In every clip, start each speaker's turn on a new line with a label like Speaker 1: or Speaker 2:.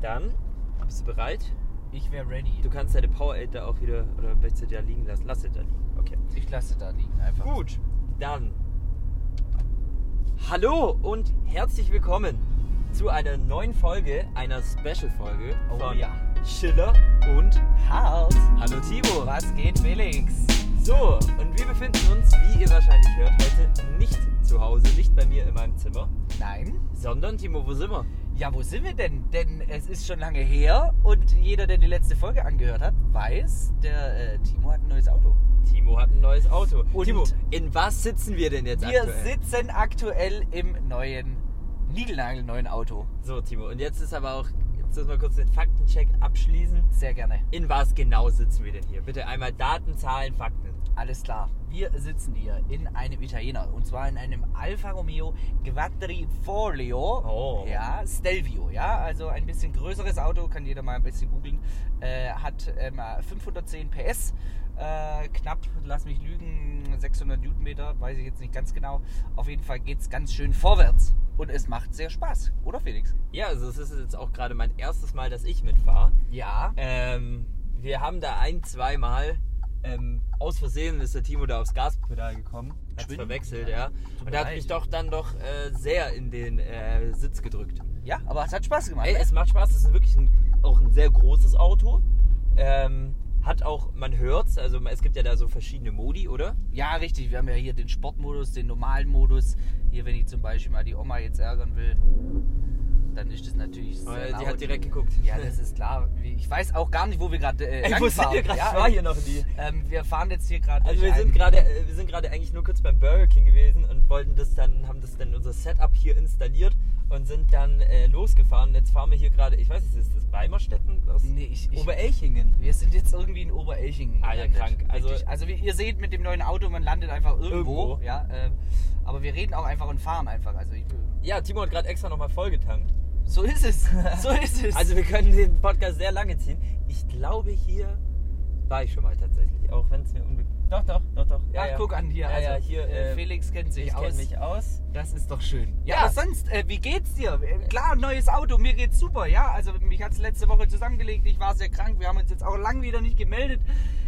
Speaker 1: Dann bist du bereit?
Speaker 2: Ich wäre ready.
Speaker 1: Du kannst deine Powerade da auch wieder, oder willst du da liegen lassen? Lass sie da liegen, okay.
Speaker 2: Ich lasse da liegen einfach.
Speaker 1: Gut, dann. Hallo und herzlich willkommen zu einer neuen Folge, einer Special-Folge
Speaker 2: Oh
Speaker 1: von
Speaker 2: ja.
Speaker 1: Schiller und
Speaker 2: Halt!
Speaker 1: Hallo Timo.
Speaker 2: Was geht, Felix?
Speaker 1: So, und wir befinden uns, wie ihr wahrscheinlich hört, heute nicht zu Hause, nicht bei mir in meinem Zimmer,
Speaker 2: Nein?
Speaker 1: sondern Timo, wo sind wir?
Speaker 2: Ja, wo sind wir denn? Denn es ist schon lange her und jeder, der die letzte Folge angehört hat, weiß, der äh, Timo hat ein neues Auto.
Speaker 1: Timo hat ein neues Auto.
Speaker 2: Und-
Speaker 1: Timo, in was sitzen wir denn jetzt
Speaker 2: Wir
Speaker 1: aktuell?
Speaker 2: sitzen aktuell im neuen, niegelnagelneuen Auto.
Speaker 1: so, Timo, und jetzt ist aber auch, jetzt müssen wir kurz den Faktencheck abschließen.
Speaker 2: Sehr gerne.
Speaker 1: In was genau sitzen wir denn hier? Bitte einmal Daten, Zahlen, Fakten.
Speaker 2: Alles klar. Wir sitzen hier in einem Italiener und zwar in einem Alfa Romeo Quattrifoglio.
Speaker 1: Oh.
Speaker 2: Ja, Stelvio, ja, also ein bisschen größeres Auto, kann jeder mal ein bisschen googeln. Äh, hat ähm, 510 PS, äh, knapp, lass mich lügen, 600 Newtonmeter, weiß ich jetzt nicht ganz genau. Auf jeden Fall geht es ganz schön vorwärts und es macht sehr Spaß, oder Felix?
Speaker 1: Ja, also es ist jetzt auch gerade mein erstes Mal, dass ich mitfahre.
Speaker 2: Ja.
Speaker 1: Ähm, wir haben da ein, zweimal ähm, aus Versehen ist der Timo da aufs Gaspedal gekommen. Hat's
Speaker 2: Schwinn.
Speaker 1: verwechselt,
Speaker 2: Ja,
Speaker 1: ja.
Speaker 2: tut
Speaker 1: Und
Speaker 2: mir
Speaker 1: er hat
Speaker 2: leid.
Speaker 1: mich doch dann doch äh, sehr in den äh, Sitz gedrückt.
Speaker 2: Ja, aber es hat Spaß gemacht.
Speaker 1: Ey,
Speaker 2: ne?
Speaker 1: es macht Spaß, es ist wirklich ein, auch ein sehr großes Auto. Ähm, hat auch, man hört's, also es gibt ja da so verschiedene Modi, oder?
Speaker 2: Ja, richtig. Wir haben ja hier den Sportmodus, den normalen Modus. Hier, wenn ich zum Beispiel mal die Oma jetzt ärgern will, dann ist das natürlich sehr
Speaker 1: Äh,
Speaker 2: laut.
Speaker 1: die hat direkt geguckt.
Speaker 2: ja, das ist klar. Ich weiß auch gar nicht, wo wir gerade
Speaker 1: Ey, wo
Speaker 2: äh,
Speaker 1: sind wir
Speaker 2: langfahren.
Speaker 1: gerade?
Speaker 2: Ja,
Speaker 1: Ich war hier noch nie.
Speaker 2: Ähm, wir fahren jetzt hier gerade
Speaker 1: Also
Speaker 2: durch
Speaker 1: wir sind
Speaker 2: einen-
Speaker 1: gerade, äh, wir sind gerade eigentlich nur kurz beim Burger King gewesen und wollten das dann, haben das dann unser Setup hier installiert und sind dann äh, losgefahren. Und Jetzt fahren wir hier gerade, ich weiß nicht, ist das Beimerstetten? Das
Speaker 2: Nee, ich- ich-
Speaker 1: Oberelchingen.
Speaker 2: Wir sind jetzt irgendwie in Oberelchingen.
Speaker 1: Alter,
Speaker 2: gelandet.
Speaker 1: krank. Also-
Speaker 2: Wirklich. also wie ihr seht mit dem neuen Auto, man landet einfach irgendwo.
Speaker 1: Irgendwo.
Speaker 2: Ja, ähm, aber wir reden auch einfach und fahren einfach. Also ich,
Speaker 1: Ja, Timo hat gerade extra nochmal vollgetankt.
Speaker 2: so ist es. So ist es.
Speaker 1: Also wir können den Podcast sehr lange ziehen. Ich glaube, hier war ich schon mal tatsächlich, auch wenn es mir unbe... Doch, doch, doch, doch.
Speaker 2: Ach, guck an hier.
Speaker 1: Ja,
Speaker 2: also,
Speaker 1: ja, hier,
Speaker 2: äh,
Speaker 1: äh,
Speaker 2: Felix kennt sich
Speaker 1: ich
Speaker 2: aus.
Speaker 1: kenne mich aus.
Speaker 2: Das ist doch schön. Ja,
Speaker 1: Ja.
Speaker 2: aber sonst, äh, wie geht's dir? Äh, Klar, neues Auto, mir geht's super, ja. Also mich hat's letzte Woche zusammengelegt, ich war sehr krank, wir haben uns jetzt auch lang wieder nicht gemeldet.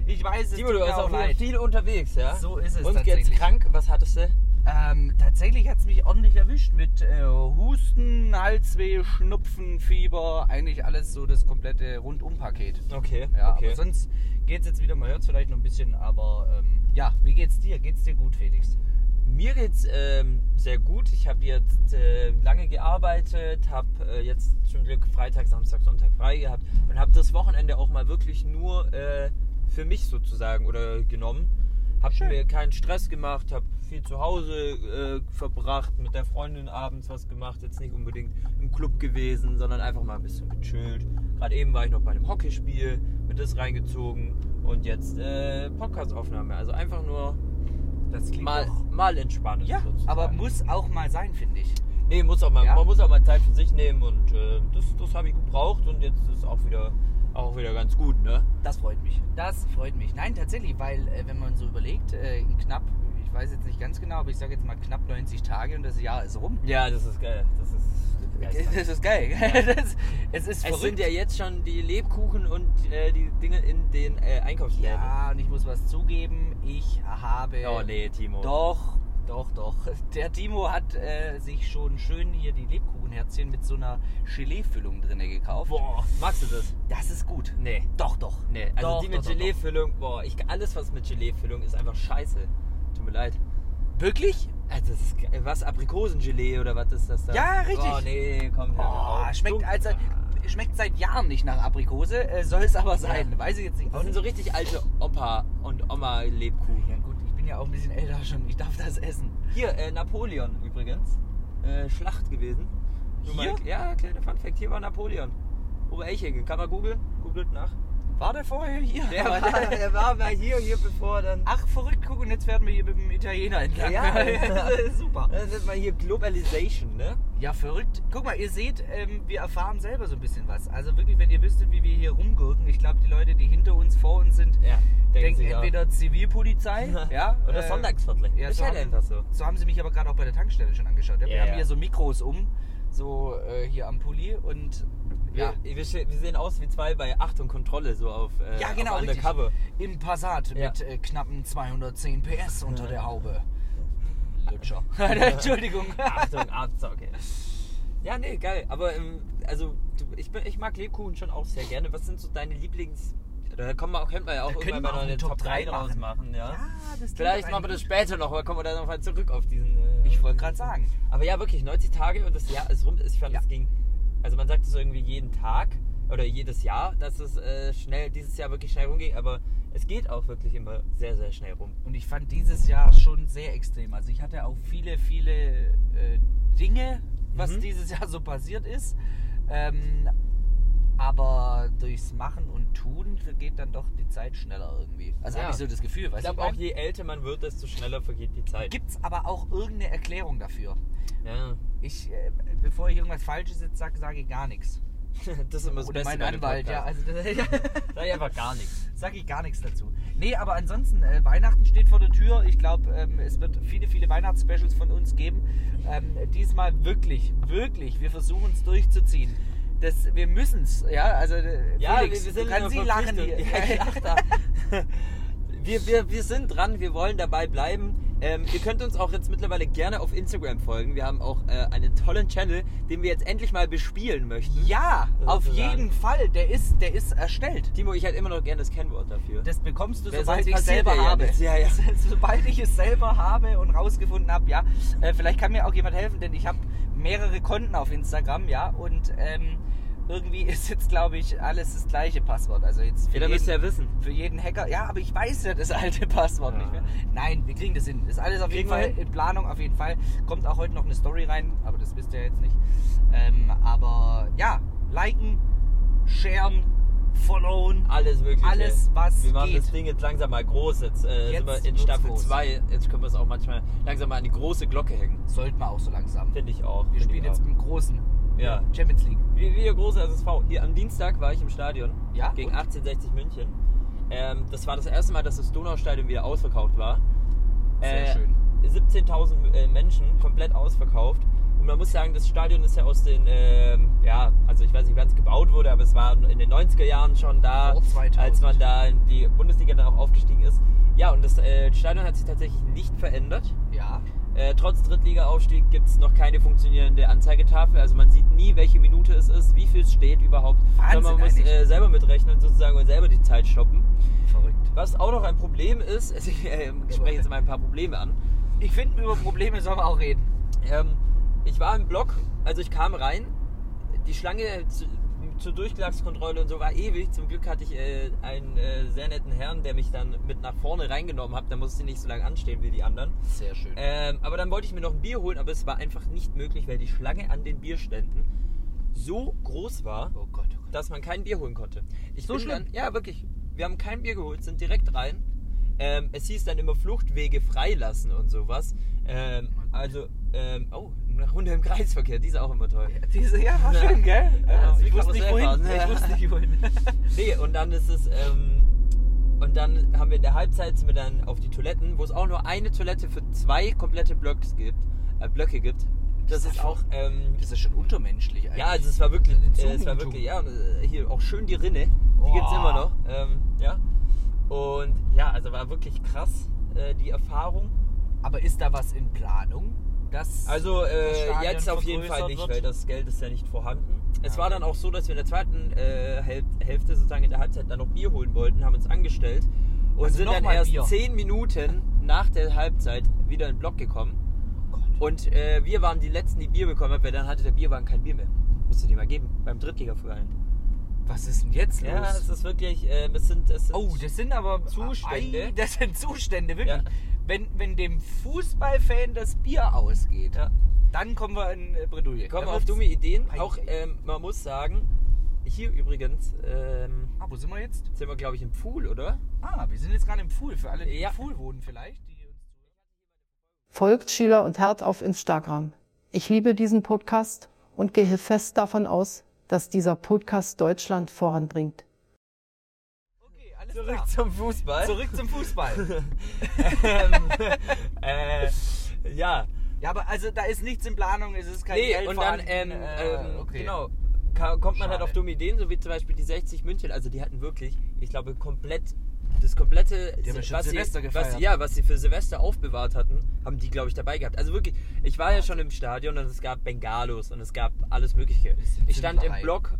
Speaker 2: Ich weiß, es
Speaker 1: Timo,
Speaker 2: tut
Speaker 1: du
Speaker 2: mir
Speaker 1: warst
Speaker 2: auch
Speaker 1: auch wieder
Speaker 2: leid.
Speaker 1: viel unterwegs, ja?
Speaker 2: So ist es
Speaker 1: Und jetzt
Speaker 2: tatsächlich.
Speaker 1: krank, was hattest du?
Speaker 2: Ähm, tatsächlich hat's mich ordentlich erwischt mit äh, Husten, Halsweh, Schnupfen, Fieber, eigentlich alles so das komplette Rundumpaket.
Speaker 1: Okay,
Speaker 2: Ja,
Speaker 1: okay.
Speaker 2: aber sonst geht's jetzt wieder, man hört's vielleicht noch ein bisschen, aber ähm, ja, wie geht's dir? Geht's dir gut, Felix?
Speaker 1: Mir geht's ähm, sehr gut. Ich habe jetzt äh, lange gearbeitet, habe äh, jetzt zum Glück Freitag, Samstag, Sonntag frei gehabt und habe das Wochenende auch mal wirklich nur äh, für mich sozusagen oder genommen. Habe
Speaker 2: Schön.
Speaker 1: mir keinen Stress gemacht, habe viel zu Hause äh, verbracht, mit der Freundin abends was gemacht, jetzt nicht unbedingt im Club gewesen, sondern einfach mal ein bisschen gechillt. Gerade eben war ich noch bei einem Hockeyspiel, mit das reingezogen und jetzt äh, Podcastaufnahme. Also einfach nur
Speaker 2: Das klingt
Speaker 1: mal,
Speaker 2: doch...
Speaker 1: mal entspannen.
Speaker 2: Ja,
Speaker 1: sozusagen.
Speaker 2: aber muss auch mal sein, finde ich.
Speaker 1: Nee, muss auch mal,
Speaker 2: Ja.
Speaker 1: man muss auch mal Zeit für sich nehmen und äh, das, das habe ich gebraucht und jetzt ist auch wieder, auch wieder ganz gut, ne?
Speaker 2: Das freut mich. Das freut mich. Nein, tatsächlich, weil äh, wenn man so überlegt, äh, in knapp, ich weiß jetzt nicht ganz genau, aber ich sage jetzt mal knapp 90 Tage und das Jahr ist rum.
Speaker 1: Ja, das ist geil. Das ist.
Speaker 2: Das ist geil. Das, es ist
Speaker 1: es
Speaker 2: verrückt.
Speaker 1: sind ja jetzt schon die Lebkuchen und äh, die Dinge in den äh, Einkaufsläden.
Speaker 2: ja, und ich muss was zugeben, ich habe...
Speaker 1: Oh nee, Timo.
Speaker 2: Doch, doch, doch. Der Timo hat äh, sich schon schön hier die Lebkuchenherzchen mit so einer Gelee-Füllung drinne gekauft.
Speaker 1: Boah, magst du das?
Speaker 2: Das ist gut.
Speaker 1: Nee.
Speaker 2: Doch, doch.
Speaker 1: Nee, also
Speaker 2: doch,
Speaker 1: die mit
Speaker 2: doch, doch, doch.
Speaker 1: Gelee-Füllung, boah, ich, alles was mit Gelee-Füllung ist einfach scheiße. Tut mir leid.
Speaker 2: Wirklich?
Speaker 1: Also das ist, ge- was, Aprikosengelee oder was ist das da?
Speaker 2: Ja, richtig.
Speaker 1: Oh nee, komm, hör
Speaker 2: Oh,
Speaker 1: auf.
Speaker 2: schmeckt,
Speaker 1: Du-
Speaker 2: also, schmeckt seit Jahren nicht nach Aprikose, äh, soll es aber sein.
Speaker 1: Ja.
Speaker 2: Weiß ich jetzt nicht.
Speaker 1: Das sind so richtig alte Opa- und
Speaker 2: ja,
Speaker 1: Oma-Lebkuchen.
Speaker 2: gut, ich bin ja auch ein bisschen älter schon, ich darf das essen.
Speaker 1: Hier, äh, Napoleon übrigens. Äh, Schlacht gewesen. Nur
Speaker 2: Hier?
Speaker 1: Mal, ja, kleiner Funfact. Hier war Napoleon. Oberelchingen. Kann man googeln? Googelt nach.
Speaker 2: War der vorher hier?
Speaker 1: Der war, der war mal hier, hier bevor dann.
Speaker 2: Ach, verrückt, guck, und jetzt werden wir hier mit dem Italiener entlang. Das ist super.
Speaker 1: Das nennt man hier Globalization, ne?
Speaker 2: Ja, verrückt. Guck mal, ihr seht, ähm, wir erfahren selber so ein bisschen was. Also wirklich, wenn ihr wüsstet, wie wir hier rumgurken, ich glaube, die Leute, die hinter uns, vor uns sind,
Speaker 1: Ja,
Speaker 2: denken entweder Zivilpolizei ja,
Speaker 1: Oder
Speaker 2: äh,
Speaker 1: Sonntagsviertel.
Speaker 2: Ja,
Speaker 1: das ist
Speaker 2: so,
Speaker 1: halt
Speaker 2: haben,
Speaker 1: einfach so.
Speaker 2: so haben sie mich aber gerade auch bei der Tankstelle schon angeschaut. Ja, wir
Speaker 1: Ja,
Speaker 2: haben
Speaker 1: ja.
Speaker 2: hier so Mikros um, so äh, hier am Pulli und Ja.
Speaker 1: Wir, wir, ste- wir sehen aus wie zwei bei Achtung Kontrolle, so auf, äh,
Speaker 2: Ja, genau,
Speaker 1: auf
Speaker 2: richtig.
Speaker 1: Undercover.
Speaker 2: Im Passat
Speaker 1: Ja.
Speaker 2: mit äh, knappen 210 PS unter der Haube. Lutscher. Entschuldigung.
Speaker 1: Achtung, Arztsauge. Ja, nee, geil. Aber ähm, also, du, ich, bin, ich mag Lebkuchen schon auch sehr gerne. Was sind so deine Lieblings... Da kommen wir auch, könnten wir ja auch
Speaker 2: Da
Speaker 1: irgendwann
Speaker 2: können
Speaker 1: mal
Speaker 2: wir auch
Speaker 1: noch eine
Speaker 2: eine
Speaker 1: Top
Speaker 2: Top
Speaker 1: 3
Speaker 2: drei
Speaker 1: draus
Speaker 2: machen.
Speaker 1: machen. Ja.
Speaker 2: das klingt
Speaker 1: Vielleicht
Speaker 2: doch
Speaker 1: machen wir das
Speaker 2: eigentlich
Speaker 1: später noch, aber kommen wir dann nochmal zurück auf diesen... Äh,
Speaker 2: Ich
Speaker 1: auf
Speaker 2: wollte
Speaker 1: diesen-
Speaker 2: gerade sagen.
Speaker 1: Aber ja, wirklich, 90 Tage und das Jahr ist rum. Ich fand,
Speaker 2: Ja.
Speaker 1: es ging... Also man sagt es so irgendwie jeden Tag oder jedes Jahr, dass es äh, schnell, dieses Jahr wirklich schnell rumging. Aber es geht auch wirklich immer sehr, sehr schnell rum.
Speaker 2: Und ich fand dieses Jahr schon sehr extrem. Also ich hatte auch viele, viele äh, Dinge, was
Speaker 1: Mhm.
Speaker 2: dieses Jahr so passiert ist. Ähm, aber durchs Machen und Tun geht dann doch die Zeit schneller irgendwie. Also
Speaker 1: Ja.
Speaker 2: habe ich so das Gefühl.
Speaker 1: Ich
Speaker 2: Weißt
Speaker 1: glaube
Speaker 2: du,
Speaker 1: auch, je älter man wird, desto schneller vergeht die Zeit.
Speaker 2: Gibt es aber auch irgendeine Erklärung dafür?
Speaker 1: Ja.
Speaker 2: Ich, äh, bevor ich irgendwas Falsches jetzt sage, sage ich gar nichts.
Speaker 1: Das ist immer das
Speaker 2: Oder
Speaker 1: Beste
Speaker 2: mein
Speaker 1: bei dem
Speaker 2: Anwalt, ja.
Speaker 1: Podcast.
Speaker 2: Also, das, ja.
Speaker 1: Sag ich einfach gar nichts.
Speaker 2: Sag ich gar nichts dazu. Nee, aber ansonsten, äh, Weihnachten steht vor der Tür. Ich glaube, ähm, es wird viele, viele Weihnachtsspecials von uns geben. Ähm, diesmal wirklich, wirklich, wir versuchen es durchzuziehen. Das, wir müssen es, ja. Also, äh,
Speaker 1: Ja,
Speaker 2: Felix,
Speaker 1: wir, wir sind
Speaker 2: du kannst
Speaker 1: immer
Speaker 2: nicht lachen.
Speaker 1: verpflichtet. Ja, ich lach da. wir, wir, wir sind dran, wir wollen dabei bleiben. Ähm, ihr könnt uns auch jetzt mittlerweile gerne auf Instagram folgen. Wir haben auch äh, einen tollen Channel, den wir jetzt endlich mal bespielen möchten.
Speaker 2: ja, auf
Speaker 1: Sozusagen.
Speaker 2: jeden Fall. Der ist, der ist erstellt.
Speaker 1: Timo, ich hätte immer noch gerne das Kennwort dafür.
Speaker 2: Das bekommst du,
Speaker 1: Wer
Speaker 2: sobald
Speaker 1: sonst
Speaker 2: ich
Speaker 1: passiert
Speaker 2: selber
Speaker 1: dir ja
Speaker 2: habe.
Speaker 1: nichts. Ja, ja.
Speaker 2: sobald ich es selber habe und rausgefunden habe, ja. Äh, vielleicht kann mir auch jemand helfen, denn ich habe mehrere Konten auf Instagram, ja. Und ähm, irgendwie ist jetzt, glaube ich, alles das gleiche Passwort. Also jetzt für,
Speaker 1: Jeder müsste ja
Speaker 2: jeden,
Speaker 1: wissen.
Speaker 2: für jeden Hacker. Ja, aber ich weiß ja das alte Passwort
Speaker 1: Ja.
Speaker 2: nicht mehr. Nein, wir kriegen das hin. Ist alles auf
Speaker 1: Kriegen
Speaker 2: jeden
Speaker 1: wir
Speaker 2: Fall
Speaker 1: hin.
Speaker 2: in Planung, auf jeden Fall. Kommt auch heute noch eine Story rein, aber das wisst ihr jetzt nicht. Ähm, aber ja, liken, sharen, followen.
Speaker 1: Alles Mögliche.
Speaker 2: Alles, was
Speaker 1: Wir machen
Speaker 2: geht.
Speaker 1: das Ding jetzt langsam mal groß. Jetzt, äh,
Speaker 2: Jetzt
Speaker 1: sind wir in
Speaker 2: wird's
Speaker 1: Staffel
Speaker 2: groß.
Speaker 1: 2. Jetzt können wir es auch manchmal langsam mal an die große Glocke hängen.
Speaker 2: Sollten wir auch so langsam.
Speaker 1: Finde ich auch.
Speaker 2: Wir
Speaker 1: Find
Speaker 2: spielen
Speaker 1: ich auch.
Speaker 2: jetzt im großen
Speaker 1: Ja.
Speaker 2: Champions League.
Speaker 1: Wie, wie der große SSV. Hier am Dienstag war ich im Stadion
Speaker 2: Ja,
Speaker 1: gegen
Speaker 2: und?
Speaker 1: 1860 München. Ähm, das war das erste Mal, dass das Donaustadion wieder ausverkauft war.
Speaker 2: Sehr schön.
Speaker 1: 17.000 äh, Menschen komplett ausverkauft. Und man muss sagen, das Stadion ist ja aus den, ähm, ja, also ich weiß nicht, wann es gebaut wurde, aber es war in den 90er Jahren schon da,
Speaker 2: Vor 2000.
Speaker 1: als man da in die Bundesliga dann auch aufgestiegen ist. Ja, und das äh, Stadion hat sich tatsächlich nicht verändert.
Speaker 2: Ja.
Speaker 1: Äh, trotz Drittliga-Aufstieg gibt es noch keine funktionierende Anzeigetafel. Also man sieht nie, welche Minute es ist, wie viel es steht überhaupt.
Speaker 2: Wahnsinn
Speaker 1: Sondern man muss
Speaker 2: eigentlich.
Speaker 1: äh, selber mitrechnen sozusagen und selber die Zeit stoppen.
Speaker 2: Verrückt.
Speaker 1: Was auch noch ein Problem ist, also ich äh, spreche jetzt mal ein paar Probleme an.
Speaker 2: Ich finde, über Probleme sollen wir auch reden.
Speaker 1: Ähm, ich war im Block, also ich kam rein. Die Schlange zu, zur Durchschlagskontrolle und so war ewig. Zum Glück hatte ich äh, einen äh, sehr netten Herrn, der mich dann mit nach vorne reingenommen hat. Da musste ich nicht so lange anstehen wie die anderen.
Speaker 2: Sehr schön.
Speaker 1: Ähm, aber dann wollte ich mir noch ein Bier holen, aber es war einfach nicht möglich, weil die Schlange an den Bierständen so groß war,
Speaker 2: oh Gott, oh Gott.
Speaker 1: dass man kein Bier holen konnte. Ich
Speaker 2: So
Speaker 1: bin
Speaker 2: schlimm?
Speaker 1: Dann, ja, wirklich. Wir haben kein Bier geholt, sind direkt rein. Ähm, es hieß dann immer Fluchtwege freilassen und sowas. Ähm, also, ähm, oh, eine Runde im Kreisverkehr, die ist auch immer toll.
Speaker 2: Diese, ja, war
Speaker 1: Ja.
Speaker 2: schön, gell?
Speaker 1: Ja,
Speaker 2: Also,
Speaker 1: wie
Speaker 2: ich,
Speaker 1: kann
Speaker 2: wusste
Speaker 1: man
Speaker 2: nicht,
Speaker 1: selber
Speaker 2: wohin.
Speaker 1: fahren?
Speaker 2: ich wusste nicht wohin.
Speaker 1: Nee, und dann ist es, ähm, und dann haben wir in der Halbzeit sind wir dann auf die Toiletten, wo es auch nur eine Toilette für zwei komplette Blocks gibt, äh, Blöcke gibt. Das ist auch, ähm,
Speaker 2: Das ist schon untermenschlich eigentlich.
Speaker 1: ja, also es war wirklich,
Speaker 2: Eine
Speaker 1: äh, es war
Speaker 2: Zumutung.
Speaker 1: wirklich, ja, und, äh, hier auch schön die Rinne, die
Speaker 2: Boah.
Speaker 1: gibt's immer noch, ähm, ja. Und ja, also war wirklich krass, äh, die Erfahrung.
Speaker 2: Aber ist da was in Planung? Das
Speaker 1: Also
Speaker 2: das
Speaker 1: äh,
Speaker 2: Stadion
Speaker 1: jetzt auf jeden Fall
Speaker 2: vergrößert
Speaker 1: nicht,
Speaker 2: wird?
Speaker 1: weil das Geld ist ja nicht vorhanden. Es
Speaker 2: Ja,
Speaker 1: war
Speaker 2: okay.
Speaker 1: dann auch so, dass wir in der zweiten äh, Häl- Hälfte sozusagen in der Halbzeit dann noch Bier holen wollten, haben uns angestellt und
Speaker 2: Also
Speaker 1: sind dann
Speaker 2: nochmal
Speaker 1: erst
Speaker 2: Bier.
Speaker 1: zehn Minuten nach der Halbzeit wieder in den Block gekommen.
Speaker 2: Oh Gott.
Speaker 1: Und äh, wir waren die letzten, die Bier bekommen haben, weil dann hatte der Bierwagen kein Bier mehr. Musst du dir mal geben, beim Drittligaverein.
Speaker 2: Was ist denn jetzt los?
Speaker 1: Ja, es ist wirklich, äh, es sind, es sind
Speaker 2: Oh, das sind aber
Speaker 1: Zustände.
Speaker 2: Ei, das sind Zustände, wirklich.
Speaker 1: Ja.
Speaker 2: Wenn, wenn dem Fußballfan das Bier ausgeht,
Speaker 1: Ja.
Speaker 2: dann kommen wir in äh, Bredouille.
Speaker 1: kommen
Speaker 2: Da
Speaker 1: auf
Speaker 2: wird's-
Speaker 1: dumme Ideen.
Speaker 2: Ei,
Speaker 1: Auch
Speaker 2: ei, ei.
Speaker 1: ähm, man muss sagen, hier übrigens ähm,
Speaker 2: Ah, wo sind wir jetzt?
Speaker 1: sind wir glaube ich im Pool, oder?
Speaker 2: Ah, wir sind jetzt gerade im Pool. Für alle, die
Speaker 1: Ja.
Speaker 2: im Pool wohnen vielleicht. Die uns zuhören.
Speaker 3: Folgt Schüler und Herd auf Instagram. Ich liebe diesen Podcast und gehe fest davon aus, dass dieser Podcast Deutschland voranbringt.
Speaker 2: Okay, alles
Speaker 1: Zurück
Speaker 2: klar.
Speaker 1: zum Fußball.
Speaker 2: Zurück zum Fußball.
Speaker 1: ähm, äh, ja.
Speaker 2: ja, aber also da ist nichts in Planung, es ist kein
Speaker 1: Nee,
Speaker 2: Geld
Speaker 1: und dann,
Speaker 2: vorhanden,
Speaker 1: ähm,
Speaker 2: äh,
Speaker 1: ähm,
Speaker 2: okay.
Speaker 1: genau, ka- kommt man halt
Speaker 2: Schade.
Speaker 1: auf dumme Ideen, so wie zum Beispiel die 60 München. Also die hatten wirklich, ich glaube, komplett das komplette,
Speaker 2: Die haben ja schon
Speaker 1: was, sie,
Speaker 2: Silvester
Speaker 1: was,
Speaker 2: gefeiert.
Speaker 1: sie- ja, was sie für Silvester aufbewahrt hatten, haben die, glaube ich, dabei gehabt. Also wirklich, ich war ja schon im Stadion und es gab Bengalos und es gab alles Mögliche.
Speaker 2: Bisschen
Speaker 1: Ich stand im
Speaker 2: Zündlerei.
Speaker 1: Block,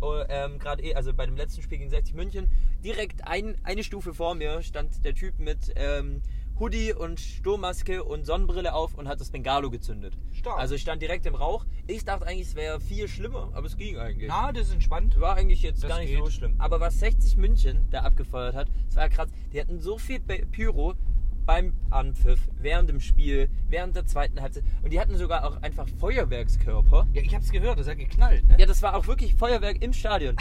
Speaker 1: oh, ähm, gerade eh, also bei dem letzten Spiel gegen 60 München, direkt ein, eine Stufe vor mir stand der Typ mit ähm, Hoodie und Sturmmaske und Sonnenbrille auf und hat das Bengalo gezündet.
Speaker 2: Stark.
Speaker 1: Also ich stand direkt im Rauch. Ich dachte eigentlich, es wäre viel schlimmer, aber es ging eigentlich.
Speaker 2: Na, das ist entspannt.
Speaker 1: War eigentlich jetzt
Speaker 2: Das
Speaker 1: gar nicht
Speaker 2: geht.
Speaker 1: so schlimm. Aber was 60 München da abgefeuert hat, das war ja krass. Die hatten so viel Be- Pyro beim Anpfiff, während dem Spiel, während der zweiten Halbzeit. Und die hatten sogar auch einfach Feuerwerkskörper.
Speaker 2: Ja, ich hab's gehört, das hat geknallt, ne?
Speaker 1: Ja, das war auch wirklich Feuerwerk im Stadion.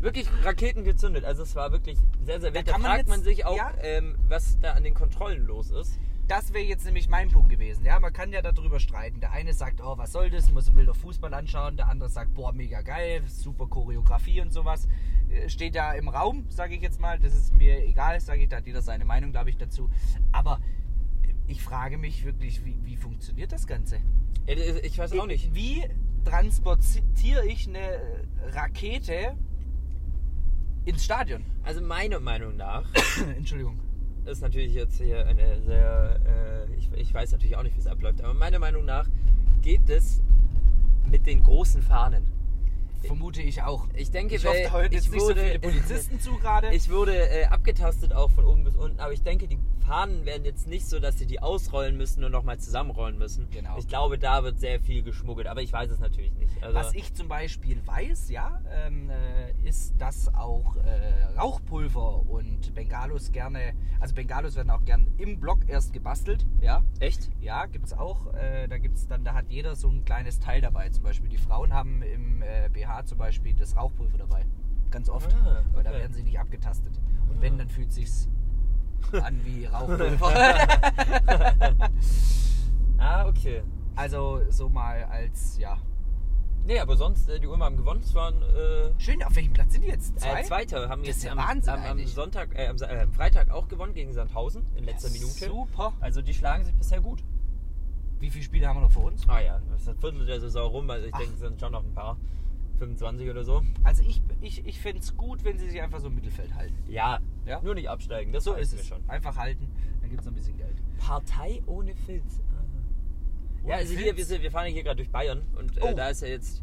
Speaker 1: wirklich Raketen gezündet. Also es war wirklich sehr, sehr wild. Da,
Speaker 2: kann man
Speaker 1: fragt man
Speaker 2: jetzt-
Speaker 1: sich auch,
Speaker 2: ja.
Speaker 1: ähm, was da an den Kontrollen los ist.
Speaker 2: Das wäre jetzt nämlich mein Punkt gewesen. Ja, man kann ja darüber streiten. Der eine sagt, oh, was soll das, muss will doch Fußball anschauen. Der andere sagt, boah, mega geil, super Choreografie und sowas. Äh, Steht da im Raum, sage ich jetzt mal. Das ist mir egal, sage ich, da hat jeder seine Meinung, glaube ich, dazu. Aber äh, ich frage mich wirklich, wie, wie funktioniert das Ganze?
Speaker 1: Ja, Ich weiß auch nicht.
Speaker 2: Wie transportiere ich eine Rakete ins Stadion?
Speaker 1: Also meiner Meinung nach
Speaker 2: Entschuldigung.
Speaker 1: ist natürlich jetzt hier eine sehr, äh, ich, ich weiß natürlich auch nicht, wie es abläuft, aber meiner Meinung nach geht es mit den großen Fahnen.
Speaker 2: Vermute ich auch.
Speaker 1: Ich denke,
Speaker 2: Ich hoffe,
Speaker 1: weil
Speaker 2: da hören jetzt
Speaker 1: ich
Speaker 2: nicht so
Speaker 1: wurde,
Speaker 2: viele Polizisten zu gerade.
Speaker 1: Ich wurde äh, abgetastet auch von oben bis unten, aber ich denke, die Fahnen werden jetzt nicht so, dass sie die ausrollen müssen und nochmal zusammenrollen müssen.
Speaker 2: Genau.
Speaker 1: Ich glaube, da wird sehr viel geschmuggelt, aber ich weiß es natürlich nicht. Also,
Speaker 2: Was ich zum Beispiel weiß, ja, ähm, äh, ist, dass auch äh, Rauchpulver und Bengalos gerne, also Bengalos werden auch gern im Block erst gebastelt, ja.
Speaker 1: echt?
Speaker 2: Ja, gibt's auch. Äh, da gibt's dann, da hat jeder so ein kleines Teil dabei. Zum Beispiel die Frauen haben im äh, BH zum Beispiel das Rauchpulver dabei. Ganz oft.
Speaker 1: Ah,
Speaker 2: Weil da
Speaker 1: okay.
Speaker 2: werden sie nicht abgetastet. Und
Speaker 1: Ah.
Speaker 2: wenn, dann fühlt sich's an wie Rauchpulver.
Speaker 1: Ah, okay.
Speaker 2: also so mal als, ja.
Speaker 1: Nee, aber sonst, äh, die Ulmer haben gewonnen. Es waren äh,
Speaker 2: Schön, auf welchem Platz sind die jetzt? Zwei?
Speaker 1: Äh, Zweiter haben
Speaker 2: Das ist
Speaker 1: jetzt
Speaker 2: ja
Speaker 1: am,
Speaker 2: Wahnsinn
Speaker 1: am, am
Speaker 2: eigentlich.
Speaker 1: Sonntag, äh, am Sa- äh, am Freitag auch gewonnen gegen Sandhausen in letzter Minute.
Speaker 2: Super.
Speaker 1: Also die schlagen sich bisher gut.
Speaker 2: Also, Wie viele Spiele haben wir noch vor uns?
Speaker 1: Ah ja, das ist das Viertel der Saison rum, also ich
Speaker 2: Ach.
Speaker 1: denke, es sind schon noch ein paar. 25 oder so.
Speaker 2: Also ich, ich, ich finde es gut, wenn sie sich einfach so im Mittelfeld halten.
Speaker 1: Ja,
Speaker 2: Ja. Ah,
Speaker 1: nur nicht absteigen, das
Speaker 2: So
Speaker 1: reicht
Speaker 2: ist
Speaker 1: mir
Speaker 2: es.
Speaker 1: schon.
Speaker 2: Einfach halten, dann gibt es noch ein bisschen Geld.
Speaker 1: Partei ohne Filz.
Speaker 2: Ohne
Speaker 1: ja, also hier,
Speaker 2: Filz?
Speaker 1: wir, sind, wir fahren ja hier gerade durch Bayern und äh,
Speaker 2: Oh.
Speaker 1: da ist ja jetzt.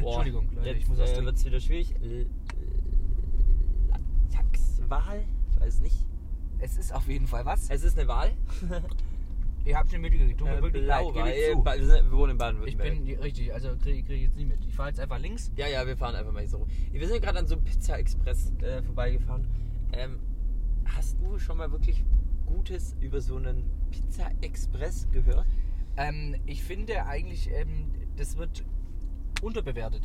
Speaker 2: Entschuldigung, Leute, ich
Speaker 1: jetzt,
Speaker 2: muss was
Speaker 1: äh,
Speaker 2: trinken.
Speaker 1: wird es wieder schwierig. L- äh, Landtagswahl? Ich weiß nicht.
Speaker 2: Es ist auf jeden Fall was.
Speaker 1: Es ist eine Wahl.
Speaker 2: Also, Ihr habt schon mitgekriegt. Tut mir
Speaker 1: Äh,
Speaker 2: wirklich leid,
Speaker 1: Blau war.
Speaker 2: gebe ich
Speaker 1: äh,
Speaker 2: zu.
Speaker 1: Ba- Wir sind- wir wohnen in
Speaker 2: Ich
Speaker 1: Baden-Württemberg.
Speaker 2: bin richtig, also kriege krieg ich jetzt nie mit. Ich fahre jetzt einfach links.
Speaker 1: Ja, ja, wir fahren einfach mal hier so rum. Wir sind gerade an so einem Pizza Express äh, vorbeigefahren. Ähm, hast du schon mal wirklich Gutes über so einen Pizza Express gehört?
Speaker 2: Ähm, ich finde eigentlich, ähm, das wird unterbewertet.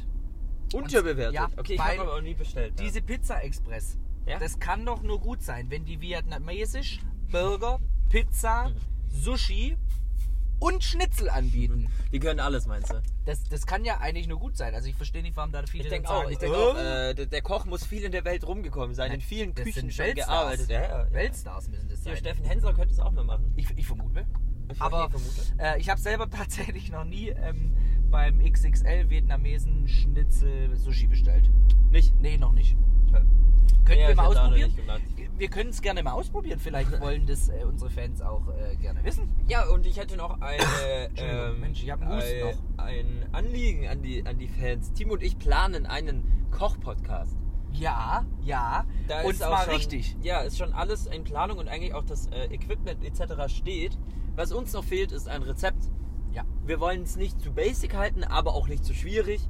Speaker 1: Unterbewertet.
Speaker 2: Ja,
Speaker 1: okay, ich
Speaker 2: weil
Speaker 1: habe aber auch nie bestellt. ja.
Speaker 2: Diese Pizza Express,
Speaker 1: Ja?
Speaker 2: das kann doch nur gut sein, wenn die vietnamesisch Burger, Pizza, Sushi und Schnitzel anbieten.
Speaker 1: die können alles, meinst du?
Speaker 2: Das, das kann ja eigentlich nur gut sein. Also ich verstehe nicht, warum da viele
Speaker 1: Ich
Speaker 2: dann
Speaker 1: denke
Speaker 2: sagen,
Speaker 1: auch. Ich denk auch äh, der, der Koch muss viel in der Welt rumgekommen sein, in vielen
Speaker 2: das
Speaker 1: Küchen
Speaker 2: sind
Speaker 1: schon
Speaker 2: Weltstars.
Speaker 1: gearbeitet. Ja, ja, ja.
Speaker 2: Weltstars müssen das
Speaker 1: Hier,
Speaker 2: sein.
Speaker 1: Steffen Hensler könnte es auch mal machen.
Speaker 2: Ich, ich vermute.
Speaker 1: Ich
Speaker 2: Aber
Speaker 1: vermute.
Speaker 2: äh, ich habe selber tatsächlich noch nie ähm, beim XXL Vietnamesen Schnitzel Sushi bestellt.
Speaker 1: Nicht.
Speaker 2: Nee, noch nicht. Können
Speaker 1: Ja,
Speaker 2: wir
Speaker 1: ich
Speaker 2: mal
Speaker 1: hab da noch
Speaker 2: ausprobieren?
Speaker 1: nicht gemacht.
Speaker 2: Wir können es gerne mal ausprobieren. Vielleicht wollen das äh, unsere Fans auch äh, gerne wissen.
Speaker 1: Ja, und ich hätte noch eine,
Speaker 2: Entschuldigung,
Speaker 1: ähm,
Speaker 2: Mensch, ich hab einen Husten
Speaker 1: ein,
Speaker 2: noch.
Speaker 1: ein Anliegen an die, an die Fans. Timo und ich planen einen Koch-Podcast.
Speaker 2: Ja, ja.
Speaker 1: Da
Speaker 2: und
Speaker 1: ist auch
Speaker 2: zwar
Speaker 1: schon,
Speaker 2: richtig.
Speaker 1: Ja, ist schon alles in Planung und eigentlich auch das äh, Equipment etc. steht. Was uns noch fehlt, ist ein Rezept.
Speaker 2: Ja.
Speaker 1: Wir wollen es nicht zu basic halten, aber auch nicht zu schwierig.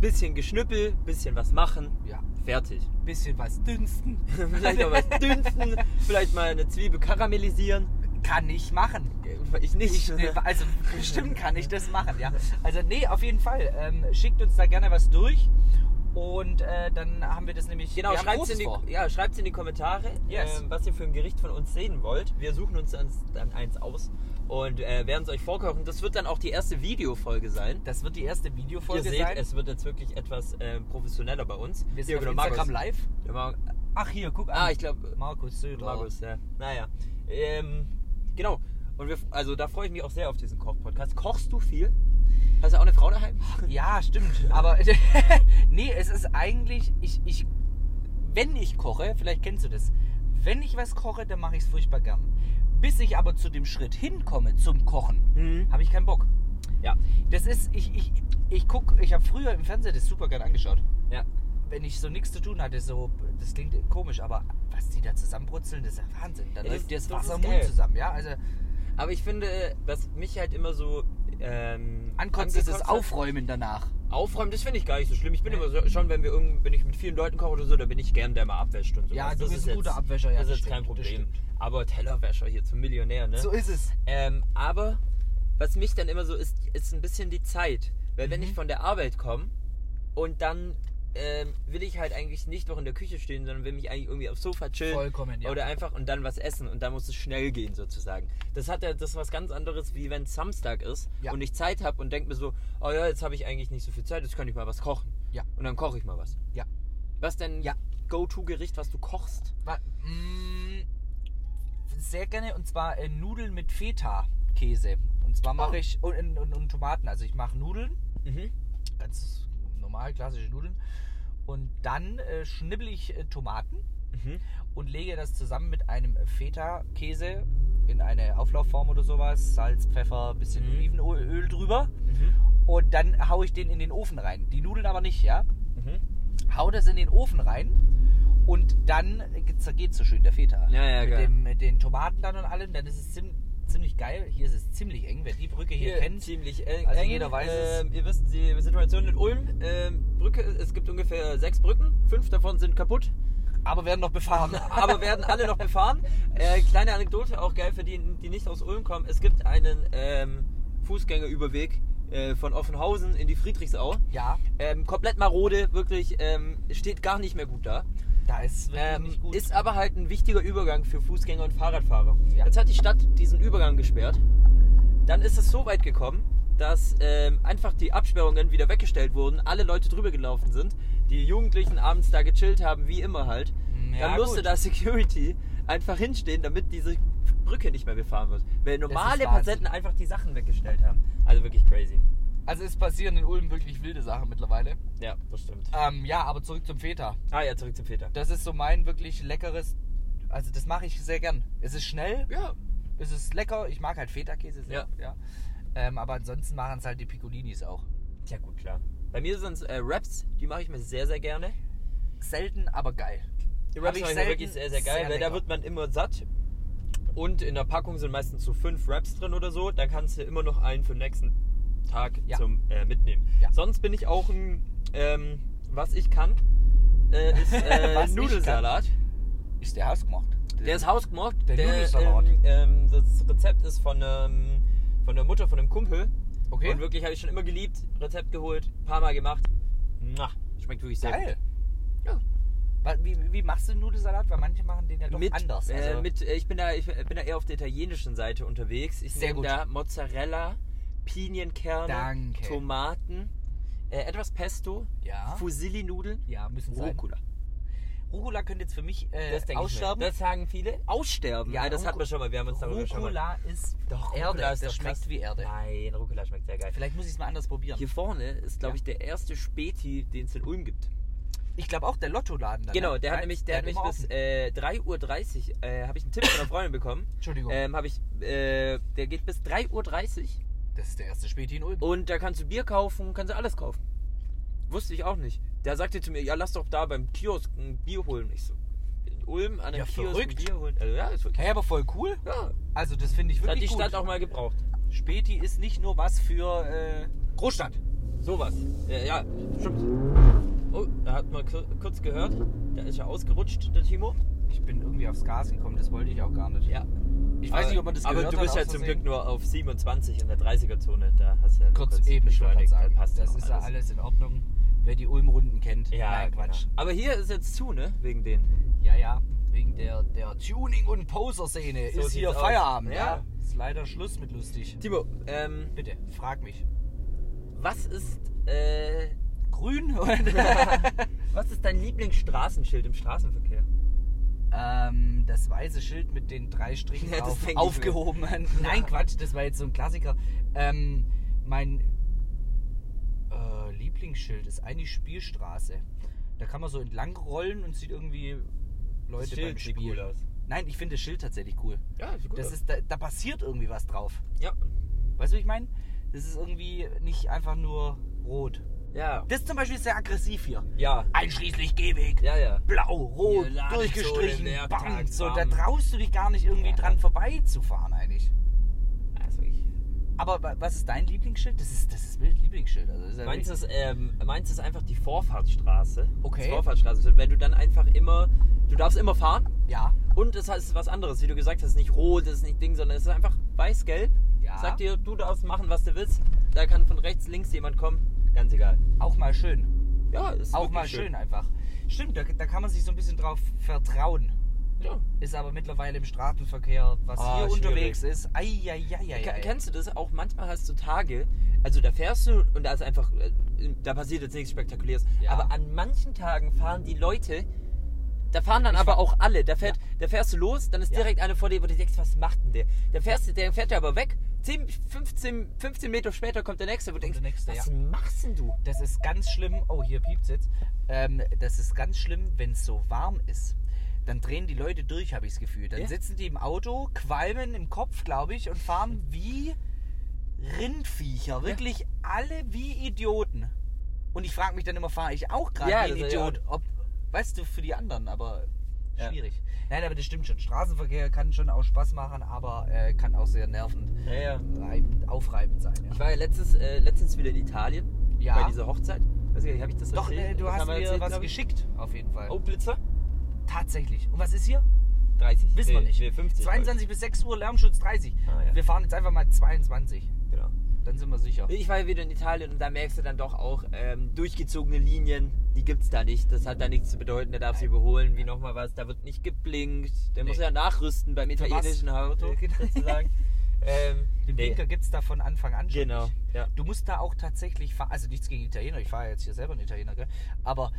Speaker 1: Bisschen Geschnüppel, bisschen was machen,
Speaker 2: Ja.
Speaker 1: fertig.
Speaker 2: Bisschen was dünsten.
Speaker 1: vielleicht auch was dünsten, vielleicht mal eine Zwiebel karamellisieren.
Speaker 2: Kann ich machen.
Speaker 1: Ich nicht.
Speaker 2: Ich, nee, also bestimmt kann ich das machen, ja. Also nee, auf jeden Fall. Ähm, schickt uns da gerne was durch und äh, dann haben wir das nämlich.
Speaker 1: Genau,
Speaker 2: wir haben
Speaker 1: schreibt in,
Speaker 2: Großes
Speaker 1: die,
Speaker 2: vor.
Speaker 1: ja, schreibt's in die Kommentare,
Speaker 2: Yes.
Speaker 1: ähm, was ihr für ein Gericht von uns sehen wollt. Wir suchen uns dann, dann eins aus und äh, werden es euch vorkochen. Das wird dann auch die erste Videofolge sein.
Speaker 2: Das wird die erste
Speaker 1: Ihr
Speaker 2: Videofolge
Speaker 1: seht,
Speaker 2: sein.
Speaker 1: es wird jetzt wirklich etwas äh, professioneller bei uns.
Speaker 2: wir
Speaker 1: Hier,
Speaker 2: sind auf
Speaker 1: genau, Markus.
Speaker 2: Instagram live.
Speaker 1: Ja, Mar
Speaker 2: Ach hier, guck an.
Speaker 1: Ah, ich glaube,
Speaker 2: Markus Söder.
Speaker 1: Markus, ja. Naja. Ähm, genau. Und wir, also da freue ich mich auch sehr auf diesen Koch-Podcast. Kochst du viel? Hast du auch eine Frau daheim?
Speaker 2: Ja, stimmt. Aber nee, es ist eigentlich, ich, ich, wenn ich koche, vielleicht kennst du das, wenn ich was koche, dann mache ich es furchtbar gern. Bis ich aber zu dem Schritt hinkomme, zum Kochen,
Speaker 1: Mhm.
Speaker 2: habe ich keinen Bock.
Speaker 1: Ja.
Speaker 2: Das ist, ich, ich, ich guck, ich habe früher im Fernsehen das super gern angeschaut.
Speaker 1: Ja.
Speaker 2: Wenn ich so nichts zu tun hatte, so, das klingt komisch, aber was die da zusammenbrutzeln, das ist ja Wahnsinn. Da
Speaker 1: Ja,
Speaker 2: läuft
Speaker 1: das-
Speaker 2: dir das
Speaker 1: das
Speaker 2: Wasser
Speaker 1: ist
Speaker 2: im Mund
Speaker 1: geil.
Speaker 2: zusammen, ja? Also
Speaker 1: Aber ich finde, was mich halt immer so ähm,
Speaker 2: ankotzt ist
Speaker 1: angekotzt
Speaker 2: das
Speaker 1: hat-
Speaker 2: Aufräumen danach.
Speaker 1: Aufräumen, das finde ich gar nicht so schlimm. Ich bin
Speaker 2: Nee.
Speaker 1: immer so, schon, wenn wir irgend, wenn ich mit vielen Leuten koche oder so, da bin ich gern der mal abwäscht und so.
Speaker 2: Ja, du bist ein guter Abwäscher, ja,
Speaker 1: Das
Speaker 2: das
Speaker 1: ist jetzt kein
Speaker 2: stimmt, das
Speaker 1: Problem. Aber Tellerwäscher hier zum Millionär, ne?
Speaker 2: So ist es.
Speaker 1: Ähm, aber was mich dann immer so ist, ist ein bisschen die Zeit. Weil wenn
Speaker 2: Mhm.
Speaker 1: ich von der Arbeit komme und dann ähm, will ich halt eigentlich nicht noch in der Küche stehen, sondern will mich eigentlich irgendwie aufs Sofa chillen.
Speaker 2: Vollkommen, ja.
Speaker 1: Oder einfach und dann was essen und dann muss es schnell gehen sozusagen. Das hat ja das ist was ganz anderes, wie wenn es Samstag ist
Speaker 2: Ja.
Speaker 1: und ich Zeit habe und denke mir so, oh ja, jetzt habe ich eigentlich nicht so viel Zeit, jetzt kann ich mal was kochen.
Speaker 2: Ja.
Speaker 1: Und dann koche ich mal was.
Speaker 2: Ja.
Speaker 1: Was denn
Speaker 2: Ja.
Speaker 1: Go-To-Gericht, was du kochst?
Speaker 2: Wa- mm, Sehr gerne und zwar äh, Nudeln mit Feta-Käse. Und zwar mache
Speaker 1: Oh.
Speaker 2: ich und, und, und Tomaten. Also ich mache Nudeln,
Speaker 1: Mhm.
Speaker 2: ganz normal klassische Nudeln. Und dann äh, schnibbel ich äh, Tomaten
Speaker 1: Mhm.
Speaker 2: und lege das zusammen mit einem Feta-Käse in eine Auflaufform oder sowas. Salz, Pfeffer, bisschen
Speaker 1: Mhm.
Speaker 2: Olivenöl drüber.
Speaker 1: Mhm.
Speaker 2: Und dann haue ich den in den Ofen rein. Die Nudeln aber nicht, ja?
Speaker 1: Mhm.
Speaker 2: hau das in den Ofen rein und dann zergeht so schön der Feta.
Speaker 1: Ja, ja,
Speaker 2: mit,
Speaker 1: geil.
Speaker 2: Dem, mit den Tomaten dann und allem, dann ist es ziem- ziemlich geil. Hier ist es ziemlich eng, wer die Brücke hier, kennt.
Speaker 1: ziemlich eng.
Speaker 2: Also
Speaker 1: eng.
Speaker 2: jeder weiß es.
Speaker 1: ähm, Ihr wisst die Situation in Ulm. Ähm, Brücke, es gibt ungefähr sechs Brücken. Fünf davon sind kaputt,
Speaker 2: Aber werden noch befahren.
Speaker 1: aber werden alle noch befahren. Äh, kleine Anekdote, auch geil für die, die nicht aus Ulm kommen. Es gibt einen ähm, Fußgängerüberweg äh, von Offenhausen in die Friedrichsau.
Speaker 2: ja,
Speaker 1: Ähm, komplett marode, wirklich, ähm, steht gar nicht mehr gut da.
Speaker 2: da ist wirklich
Speaker 1: Ähm,
Speaker 2: nicht gut.
Speaker 1: ist aber halt ein wichtiger Übergang für Fußgänger und Fahrradfahrer.
Speaker 2: Ja.
Speaker 1: Jetzt hat die Stadt diesen Übergang gesperrt. Dann ist es so weit gekommen, dass ähm, einfach die Absperrungen wieder weggestellt wurden, alle Leute drüber gelaufen sind, die Jugendlichen abends da gechillt haben, wie immer halt.
Speaker 2: Hm, Ja,
Speaker 1: Dann musste
Speaker 2: gut.
Speaker 1: da Security einfach hinstehen, damit diese Brücke nicht mehr befahren wird. Weil normale
Speaker 2: Wahnsinn.
Speaker 1: Patienten einfach die Sachen weggestellt haben. Also wirklich crazy.
Speaker 2: also es passieren in Ulm wirklich wilde Sachen mittlerweile.
Speaker 1: Ja, das stimmt.
Speaker 2: Ähm, ja, aber zurück zum Feta.
Speaker 1: Ah ja, zurück zum Peter.
Speaker 2: Das ist so mein wirklich leckeres. Also das mache ich sehr gern. Es ist schnell,
Speaker 1: Ja.
Speaker 2: es ist lecker. Ich mag halt Feta-Käse sehr. Ja. Ähm, aber ansonsten machen es halt die Piccolinis auch.
Speaker 1: Ja gut, klar. Bei mir sind es äh, Raps, die mache ich mir sehr, sehr gerne.
Speaker 2: Selten, aber geil.
Speaker 1: Die
Speaker 2: Hab
Speaker 1: Raps
Speaker 2: ich
Speaker 1: waren
Speaker 2: selten
Speaker 1: wirklich sehr, sehr geil,
Speaker 2: halt sehr
Speaker 1: weil
Speaker 2: lecker.
Speaker 1: da wird man immer satt. Und in der Packung sind meistens so fünf Raps drin oder so. Da kannst du immer noch einen für den nächsten Tag
Speaker 2: Ja.
Speaker 1: zum äh, Mitnehmen.
Speaker 2: Ja.
Speaker 1: Sonst bin ich auch ein, ähm, was ich kann, äh, ist äh,
Speaker 2: Was ich
Speaker 1: Nudelsalat.
Speaker 2: Ist der hausgemacht?
Speaker 1: Der ist hausgemacht.
Speaker 2: Der Nudelsalat.
Speaker 1: Ähm, ähm, das Rezept ist von, ähm, von der Mutter, von einem Kumpel.
Speaker 2: Okay.
Speaker 1: Und wirklich habe ich schon immer geliebt. Rezept geholt, paar Mal gemacht. Mua, schmeckt wirklich sehr gut.
Speaker 2: geil. Ja. Wa- Wie, wie machst du den Nudelsalat? Weil manche machen den ja doch
Speaker 1: mit,
Speaker 2: anders. Also,
Speaker 1: äh, mit, äh, ich, bin da, ich bin da eher auf der italienischen Seite unterwegs. Ich
Speaker 2: Sehr
Speaker 1: nehme
Speaker 2: gut.
Speaker 1: da Mozzarella, Pinienkerne,
Speaker 2: Danke.
Speaker 1: Tomaten, äh, etwas Pesto,
Speaker 2: Ja.
Speaker 1: Fusilli-Nudeln,
Speaker 2: ja, müssen sein.
Speaker 1: Rucola.
Speaker 2: Rucola könnte jetzt für mich äh,
Speaker 1: denk ich mir.
Speaker 2: aussterben.
Speaker 1: Das sagen viele. Aussterben?
Speaker 2: Ja,
Speaker 1: Ja, das
Speaker 2: Ruco-
Speaker 1: hatten wir schon mal. Wir haben uns darüber schon mal...
Speaker 2: Rucola ist
Speaker 1: Doch,
Speaker 2: Erde.
Speaker 1: Rucola ist
Speaker 2: das
Speaker 1: doch
Speaker 2: schmeckt
Speaker 1: krass.
Speaker 2: wie Erde.
Speaker 1: Nein, Rucola schmeckt sehr geil.
Speaker 2: Vielleicht muss ich es mal anders probieren.
Speaker 1: Hier vorne ist, glaube
Speaker 2: Ja.
Speaker 1: ich, der erste Späti, den es in Ulm gibt.
Speaker 2: Ich glaube auch der Lottoladen. da,
Speaker 1: Genau,
Speaker 2: ne?
Speaker 1: der hat
Speaker 2: Nein,
Speaker 1: nämlich, der hat mich
Speaker 2: immer
Speaker 1: bis
Speaker 2: offen.
Speaker 1: äh, 3.30 Uhr, äh, habe ich einen Tipp von einer Freundin bekommen.
Speaker 2: Entschuldigung,
Speaker 1: Ähm, hab ich, äh, der geht bis 3.30 Uhr
Speaker 2: das ist der erste Späti in Ulm.
Speaker 1: Und da kannst du Bier kaufen, kannst du alles kaufen. Wusste ich auch nicht. Der sagte zu mir, ja, lass doch da beim Kiosk ein Bier holen. Ich so, in Ulm an einem
Speaker 2: Ja,
Speaker 1: Kiosk ein
Speaker 2: verrückt.
Speaker 1: Bier holen. Also, ja, ist wirklich.
Speaker 2: Hey, aber voll cool.
Speaker 1: Ja,
Speaker 2: Also das finde ich
Speaker 1: das hat die
Speaker 2: wirklich
Speaker 1: Stadt
Speaker 2: gut.
Speaker 1: auch mal gebraucht.
Speaker 2: Späti ist nicht nur was für äh, Großstadt.
Speaker 1: Sowas. Ja, ja, stimmt. Oh, da hat man kur- kurz gehört. Da ist ja ausgerutscht, der Timo.
Speaker 2: Ich bin irgendwie aufs Gas gekommen, das wollte ich auch gar nicht.
Speaker 1: Ja.
Speaker 2: Ich weiß
Speaker 1: aber,
Speaker 2: nicht, ob man das
Speaker 1: Aber
Speaker 2: gehört
Speaker 1: du
Speaker 2: hat,
Speaker 1: bist ja
Speaker 2: aus
Speaker 1: zum
Speaker 2: Versehen.
Speaker 1: Glück nur auf 27 in der 30er-Zone. Da hast du ja nur
Speaker 2: kurz, eben, ich wollte gerade
Speaker 1: beschleunigt.
Speaker 2: sagen,
Speaker 1: da passt
Speaker 2: das
Speaker 1: noch
Speaker 2: ist ja alles in Ordnung. Wer die Ulm-Runden kennt,
Speaker 1: Ja,
Speaker 2: Nein, Quatsch.
Speaker 1: Genau. Aber hier ist jetzt zu, ne? Wegen denen.
Speaker 2: Ja, ja, wegen der, der Tuning- und Poser-Szene
Speaker 1: So
Speaker 2: ist hier
Speaker 1: sieht's aus.
Speaker 2: Feierabend.
Speaker 1: Ja.
Speaker 2: ist leider Schluss mit lustig.
Speaker 1: Timo, ähm,
Speaker 2: Bitte, frag mich.
Speaker 1: Was ist, äh,
Speaker 2: Grün?
Speaker 1: was ist dein Lieblingsstraßenschild im Straßenverkehr?
Speaker 2: ähm, das weiße Schild mit den drei Strichen
Speaker 1: Ja, das
Speaker 2: drauf,
Speaker 1: denk ich mir.
Speaker 2: aufgehoben. Nein, Quatsch, das war jetzt so ein Klassiker. Ähm, mein äh, Lieblingsschild ist eine Spielstraße. Da kann man so entlang rollen und sieht irgendwie Leute
Speaker 1: Schild
Speaker 2: beim
Speaker 1: sieht
Speaker 2: Spiel.
Speaker 1: cool aus.
Speaker 2: Nein, ich finde das Schild tatsächlich cool.
Speaker 1: Ja, sieht gut
Speaker 2: Das
Speaker 1: aus.
Speaker 2: ist, da, da passiert irgendwie was drauf.
Speaker 1: ja.
Speaker 2: Weißt du, wie ich meine? Das ist irgendwie nicht einfach nur rot.
Speaker 1: Ja.
Speaker 2: Das zum Beispiel ist sehr aggressiv hier.
Speaker 1: Ja.
Speaker 2: Einschließlich Gehweg.
Speaker 1: Ja, ja.
Speaker 2: Blau, rot,
Speaker 1: Hier, Ladezone,
Speaker 2: durchgestrichen.
Speaker 1: Werktag,
Speaker 2: Bam. So, da
Speaker 1: bam.
Speaker 2: traust du dich gar nicht irgendwie
Speaker 1: Ja.
Speaker 2: dran vorbeizufahren eigentlich.
Speaker 1: Also ich.
Speaker 2: Aber wa- was ist dein Lieblingsschild? Das ist das ist mein Lieblingsschild. Also das ist ja
Speaker 1: Meins
Speaker 2: wirklich-
Speaker 1: ist, ähm, meins ist einfach die Vorfahrtsstraße.
Speaker 2: Okay.
Speaker 1: Die Vorfahrtsstraße. Wenn du dann einfach immer, du darfst immer fahren
Speaker 2: ja.
Speaker 1: und es heißt was anderes. Wie du gesagt hast, nicht rot, es ist nicht Ding, sondern es ist einfach weiß-gelb.
Speaker 2: Ja.
Speaker 1: Sagt dir, du darfst machen, was du willst. Da kann von rechts, links jemand kommen. Ganz egal.
Speaker 2: Auch mal schön.
Speaker 1: Ja, ist
Speaker 2: Auch
Speaker 1: wirklich
Speaker 2: mal schön. einfach. Stimmt, da, da kann man sich so ein bisschen drauf vertrauen.
Speaker 1: Ja.
Speaker 2: Ist aber mittlerweile im Straßenverkehr, was
Speaker 1: Ah,
Speaker 2: hier
Speaker 1: schwierig.
Speaker 2: unterwegs ist. Eieieiei.
Speaker 1: Ke- Kennst du das auch? Manchmal hast du Tage, also da fährst du und da ist einfach, äh, da passiert jetzt nichts Spektakuläres.
Speaker 2: Ja.
Speaker 1: Aber an manchen Tagen fahren die Leute, da fahren dann
Speaker 2: Ich
Speaker 1: aber
Speaker 2: fahr-
Speaker 1: auch alle. Da, fährt, da fährst du los, dann ist
Speaker 2: Ja.
Speaker 1: direkt einer vor dir, wo du denkst, was macht denn der? Da fährst, du- der fährt ja aber weg. 10, 15, 15 Meter später kommt der nächste, wo du
Speaker 2: Kommt
Speaker 1: denkst,
Speaker 2: der
Speaker 1: was
Speaker 2: Nächste, ja.
Speaker 1: machst denn du?
Speaker 2: Das ist ganz schlimm. Oh, hier piept's jetzt. Ähm, das ist ganz schlimm, wenn es so warm ist. Dann drehen die Leute durch, habe ich das Gefühl. Dann
Speaker 1: Ja.
Speaker 2: sitzen die im Auto, qualmen im Kopf, glaube ich, und fahren wie Rindviecher. Wirklich alle wie Idioten. Und ich frage mich dann immer, fahre ich auch gerade
Speaker 1: Ja,
Speaker 2: wie ein
Speaker 1: das ist ja
Speaker 2: Idiot? Ob, weißt du, für die anderen, aber
Speaker 1: Ja.
Speaker 2: schwierig. Nein, aber das stimmt schon. Straßenverkehr kann schon auch Spaß machen, aber äh, kann auch sehr nervend,
Speaker 1: Ja, ja.
Speaker 2: reibend, aufreibend sein.
Speaker 1: Ich
Speaker 2: Ja.
Speaker 1: war ja letztes, äh, letztens wieder in Italien
Speaker 2: Ja.
Speaker 1: bei dieser Hochzeit. Weiß ich, habe ich das
Speaker 2: Doch,
Speaker 1: erzählt?
Speaker 2: äh, du
Speaker 1: Das
Speaker 2: hast
Speaker 1: haben wir
Speaker 2: mir
Speaker 1: erzählt,
Speaker 2: was
Speaker 1: glaub ich.
Speaker 2: geschickt, auf jeden Fall.
Speaker 1: Oh, Blitzer?
Speaker 2: Tatsächlich. Und was ist hier?
Speaker 1: 30.
Speaker 2: Wissen
Speaker 1: nee,
Speaker 2: wir nicht.
Speaker 1: Nee, 50. glaub ich.
Speaker 2: 22 bis 6 Uhr Lärmschutz 30.
Speaker 1: Ah, ja.
Speaker 2: Wir fahren jetzt einfach mal 22.
Speaker 1: Genau.
Speaker 2: Dann sind wir sicher.
Speaker 1: Ich war ja wieder in Italien und da merkst du dann doch auch, ähm, durchgezogene Linien, die gibt's da nicht. Das hat da nichts zu bedeuten, da darfst du überholen, wie nochmal was. Da wird nicht geblinkt. Der
Speaker 2: Nee.
Speaker 1: muss ja nachrüsten beim italienischen Auto,
Speaker 2: Ja, genau.
Speaker 1: sozusagen. ähm,
Speaker 2: Den
Speaker 1: nee.
Speaker 2: Blinker gibt es da von Anfang an schon.
Speaker 1: Genau,
Speaker 2: nicht.
Speaker 1: ja.
Speaker 2: Du musst da auch tatsächlich fahren. Also nichts gegen Italiener, ich fahre jetzt hier selber einen Italiener, gell? Aber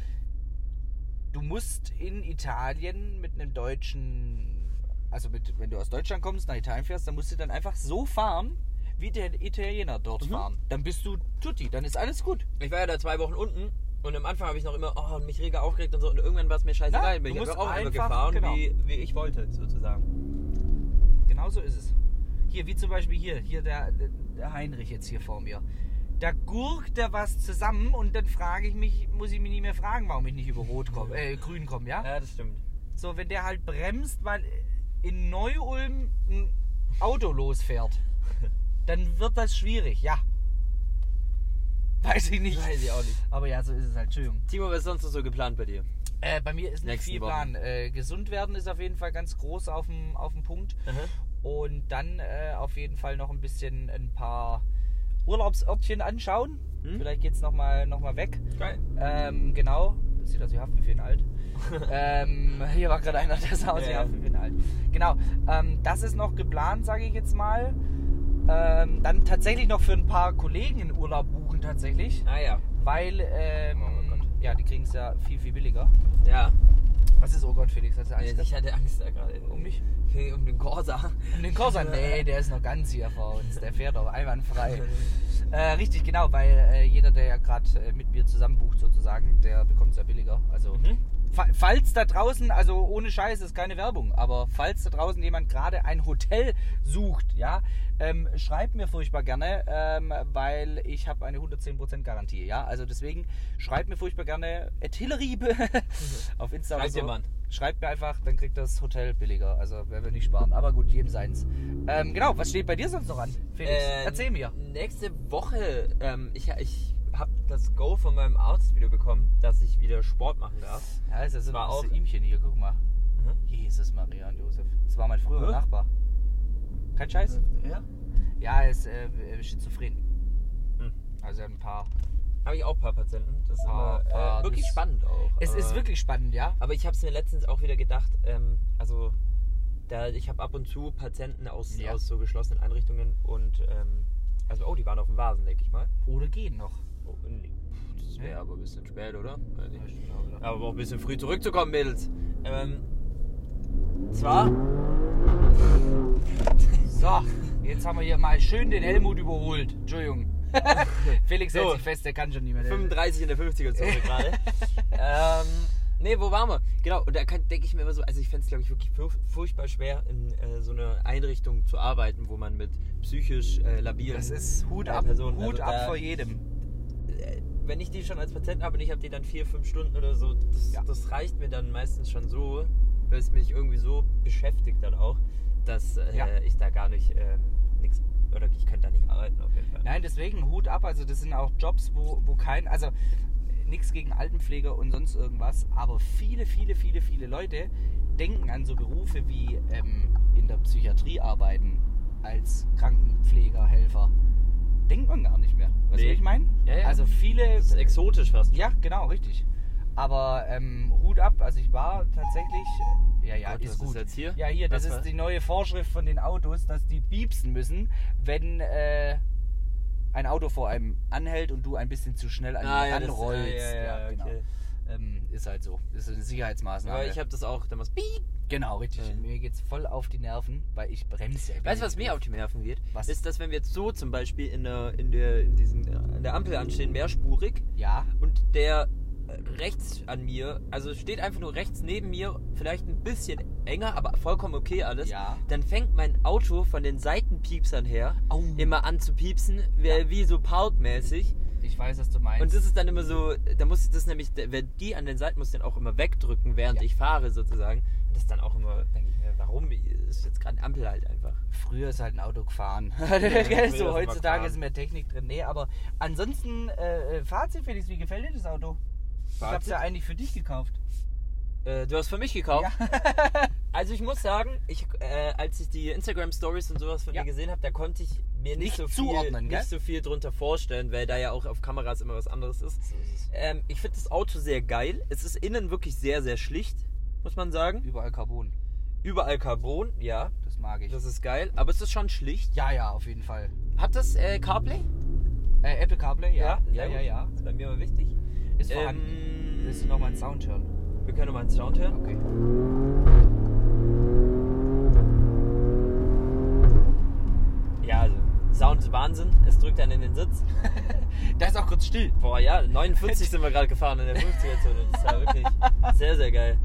Speaker 2: du musst in Italien mit einem deutschen. Also mit, wenn du aus Deutschland kommst, nach Italien fährst, dann musst du dann einfach so fahren, wie der Italiener dort fahren. Dann bist du Tutti, dann ist alles gut.
Speaker 1: Ich war ja da zwei Wochen unten und am Anfang habe ich noch immer, oh, mich rege aufgeregt und so. Und irgendwann war es mir scheißegal.
Speaker 2: Ja,
Speaker 1: bin
Speaker 2: du
Speaker 1: ich
Speaker 2: musst
Speaker 1: einfach auch einfach
Speaker 2: einfach-
Speaker 1: gefahren,
Speaker 2: genau.
Speaker 1: wie, wie ich wollte, sozusagen.
Speaker 2: Genau so ist es. Hier, wie zum Beispiel hier, hier der, der Heinrich jetzt hier vor mir. Da gurkt er was zusammen und dann frage ich mich, muss ich mich nicht mehr fragen, warum ich nicht über Rot komme, äh, Grün komme, ja?
Speaker 1: Ja, das stimmt.
Speaker 2: So, wenn der halt bremst, weil in Neu-Ulm ein Auto losfährt, dann wird das schwierig, ja. Weiß ich nicht.
Speaker 1: Weiß ich auch nicht.
Speaker 2: Aber ja, so ist es halt. Entschuldigung.
Speaker 1: Timo, was ist sonst noch so geplant bei dir?
Speaker 2: Äh, bei mir ist nicht
Speaker 1: Nächsten
Speaker 2: viel
Speaker 1: Wochen.
Speaker 2: Plan. Äh, gesund werden ist auf jeden Fall ganz groß auf dem, auf dem Punkt. Und dann äh, auf jeden Fall noch ein bisschen ein paar Urlaubsörtchen anschauen.
Speaker 1: Hm?
Speaker 2: Vielleicht geht's nochmal noch mal weg.
Speaker 1: Geil.
Speaker 2: Ähm, genau. Sieht aus wie Haftbefehl in alt.
Speaker 1: Äh,
Speaker 2: ähm, hier war gerade einer, der sah aus wie
Speaker 1: Ja.
Speaker 2: Haftbefehl in alt. Genau. Ähm, das ist noch geplant, sage ich jetzt mal. Ähm, dann tatsächlich noch für ein paar Kollegen in Urlaub buchen tatsächlich.
Speaker 1: Ah ja.
Speaker 2: Weil, ähm,
Speaker 1: Oh Gott.
Speaker 2: ja, die kriegen's ja viel, viel billiger.
Speaker 1: Ja.
Speaker 2: Was ist, oh Gott, Felix, hast du Angst?
Speaker 1: Ich hatte Angst da gerade.
Speaker 2: Um mich?
Speaker 1: Um den Corsa.
Speaker 2: Um den Corsa? Nee, der ist noch ganz hier vor uns. Der fährt doch einwandfrei. äh, richtig, genau, weil äh, jeder, der ja gerade äh, mit mir zusammen bucht sozusagen, der bekommt es ja billiger. Also,
Speaker 1: Mhm.
Speaker 2: fa falls da draußen, also ohne Scheiß ist keine Werbung, aber falls da draußen jemand gerade ein Hotel sucht, ja, ähm, schreibt mir furchtbar gerne, ähm, weil ich habe eine 110% Garantie, ja. Also deswegen schreibt mir furchtbar gerne at Hilleriebe auf Insta
Speaker 1: Mhm. Schreibt
Speaker 2: oder so.
Speaker 1: jemand.
Speaker 2: Schreibt mir einfach, dann kriegt das Hotel billiger. Also wer will nicht sparen. Aber gut, jedem seins. Ähm, genau, was steht bei dir sonst noch an, Felix?
Speaker 1: Ähm,
Speaker 2: Erzähl mir.
Speaker 1: Nächste Woche, ähm, ich, ich habe das Go von meinem Arzt wieder bekommen, dass ich wieder Sport machen darf.
Speaker 2: Ja, es ist
Speaker 1: war
Speaker 2: ein
Speaker 1: auch-
Speaker 2: Ihmchen hier, guck mal.
Speaker 1: Mhm.
Speaker 2: Jesus, Maria und Josef. Das war mein früherer
Speaker 1: Hä?
Speaker 2: Nachbar. Kein Scheiß?
Speaker 1: Ja.
Speaker 2: Ja, er ist äh, äh, schizophren.
Speaker 1: Hm.
Speaker 2: Also er hat ein paar.
Speaker 1: Habe ich auch ein paar Patienten. Das ist
Speaker 2: Paar,
Speaker 1: immer,
Speaker 2: paar,
Speaker 1: äh, wirklich
Speaker 2: das-
Speaker 1: spannend auch.
Speaker 2: Es
Speaker 1: aber,
Speaker 2: ist wirklich spannend, ja?
Speaker 1: Aber ich habe es mir letztens auch wieder gedacht, ähm, also da, ich habe ab und zu Patienten aus,
Speaker 2: Ja.
Speaker 1: aus so geschlossenen Einrichtungen und ähm, also, oh, die waren auf dem Vasen, denke ich mal.
Speaker 2: Oder gehen noch.
Speaker 1: Oh, nee. Das
Speaker 2: Ja.
Speaker 1: wäre aber ein bisschen spät, oder? Weiß ich.
Speaker 2: Ja,
Speaker 1: Aber auch ein bisschen früh zurückzukommen, Mädels. Ähm, zwar.
Speaker 2: So, jetzt haben wir hier mal schön den Helmut überholt. Entschuldigung. Felix hält
Speaker 1: So.
Speaker 2: sich fest, der kann schon nicht mehr. Der-
Speaker 1: 35 in der 50er-Zone gerade. ähm, nee, wo waren wir? Genau, und da denke ich mir immer so, also ich fände es, glaube ich, wirklich furch- furchtbar schwer, in äh, so einer Einrichtung zu arbeiten, wo man mit psychisch äh, labilen...
Speaker 2: Das ist Hut
Speaker 1: äh,
Speaker 2: ab,
Speaker 1: Personen,
Speaker 2: Hut
Speaker 1: also
Speaker 2: ab
Speaker 1: da-
Speaker 2: vor jedem.
Speaker 1: äh, wenn ich die schon als Patienten habe und ich habe die dann vier, fünf Stunden oder so, das,
Speaker 2: Ja.
Speaker 1: das reicht mir dann meistens schon so, weil es mich irgendwie so beschäftigt dann auch, dass äh,
Speaker 2: Ja.
Speaker 1: ich da gar nicht ähm, nichts oder ich könnte da nicht arbeiten auf jeden Fall.
Speaker 2: Nein, deswegen Hut ab. Also das sind auch Jobs, wo, wo kein, also nichts gegen Altenpfleger und sonst irgendwas, aber viele, viele, viele, viele Leute denken an so Berufe wie ähm, in der Psychiatrie arbeiten als Krankenpfleger, Helfer. Denkt man gar nicht mehr. Weißt du,
Speaker 1: Nee.
Speaker 2: was ich meine?
Speaker 1: Ja, ja.
Speaker 2: Also viele.
Speaker 1: Das ist exotisch fast.
Speaker 2: Ja, genau, richtig. Aber ähm, Hut ab, also ich war tatsächlich. äh, Ja, ja,
Speaker 1: Gott,
Speaker 2: ist
Speaker 1: was ist
Speaker 2: gut.
Speaker 1: jetzt hier?
Speaker 2: Ja, hier, das
Speaker 1: Was war-
Speaker 2: ist die neue Vorschrift von den Autos, dass die piepsen müssen, wenn äh, ein Auto vor einem anhält und du ein bisschen zu schnell an,
Speaker 1: Ah, ja, das-
Speaker 2: anrollst. genau.
Speaker 1: ja, ja, ja, okay.
Speaker 2: Ähm, ist halt so. Ist eine Sicherheitsmaßnahme.
Speaker 1: Aber ich habe das auch damals. Piep.
Speaker 2: genau, richtig.
Speaker 1: Ja.
Speaker 2: Mir geht's voll auf die Nerven, weil ich bremse. ja.
Speaker 1: Weißt du, was mir auf die Nerven geht?
Speaker 2: Was?
Speaker 1: Ist, dass wenn wir jetzt so zum Beispiel in der, in der, in diesen, in der Ampel anstehen, mehrspurig,
Speaker 2: Ja,
Speaker 1: und der äh, rechts an mir, also steht einfach nur rechts neben mir, vielleicht ein bisschen enger, aber vollkommen okay alles.
Speaker 2: Ja.
Speaker 1: Dann fängt mein Auto von den Seitenpiepsern her
Speaker 2: Au.
Speaker 1: immer an zu piepsen, wie,
Speaker 2: Ja.
Speaker 1: wie so pautmäßig.
Speaker 2: ich weiß, was du meinst.
Speaker 1: Und das ist dann immer so, da muss ich das nämlich, wenn die an den Seiten muss, ich dann auch immer wegdrücken, während
Speaker 2: Ja.
Speaker 1: ich fahre sozusagen. Das ist dann auch immer, denke ich mir, warum Das ist jetzt gerade eine Ampel halt einfach.
Speaker 2: Früher ist halt ein Auto gefahren.
Speaker 1: früher
Speaker 2: Gell,
Speaker 1: ist
Speaker 2: so
Speaker 1: immer
Speaker 2: heutzutage
Speaker 1: gefahren.
Speaker 2: ist mehr Technik drin. Nee, aber ansonsten, äh, äh, Fazit, Felix, wie gefällt dir das Auto? Ich hab's
Speaker 1: Fazit?
Speaker 2: ja eigentlich für dich gekauft.
Speaker 1: Äh, du hast für mich gekauft. also ich muss sagen, ich, äh, als ich die Instagram Stories und sowas von
Speaker 2: Ja.
Speaker 1: dir gesehen habe, da konnte ich mir
Speaker 2: Nicht
Speaker 1: nicht, so viel,
Speaker 2: zuordnen, gell?
Speaker 1: nicht so viel drunter vorstellen, weil da ja auch auf Kameras immer was anderes ist. Ähm, ich finde das Auto sehr geil. Es ist innen wirklich sehr, sehr schlicht, muss man sagen.
Speaker 2: Überall Carbon.
Speaker 1: Überall Carbon, ja,
Speaker 2: Das mag ich.
Speaker 1: das ist geil. Aber es ist schon schlicht.
Speaker 2: ja, ja, auf jeden Fall.
Speaker 1: Hat das äh, CarPlay?
Speaker 2: Äh, Apple CarPlay, ja. Ja,
Speaker 1: sehr
Speaker 2: ja,
Speaker 1: gut.
Speaker 2: ja.
Speaker 1: Ist bei mir mal wichtig.
Speaker 2: Ist vorhanden.
Speaker 1: Ähm,
Speaker 2: Willst du nochmal einen Sound hören?
Speaker 1: Wir können nochmal einen Sound hören.
Speaker 2: Okay.
Speaker 1: Ja, also Sound ist Wahnsinn. Es drückt einen in den Sitz.
Speaker 2: Da ist auch kurz still.
Speaker 1: Boah, ja, 49 sind wir gerade gefahren in der 50er-Zone. Das war wirklich sehr, sehr geil.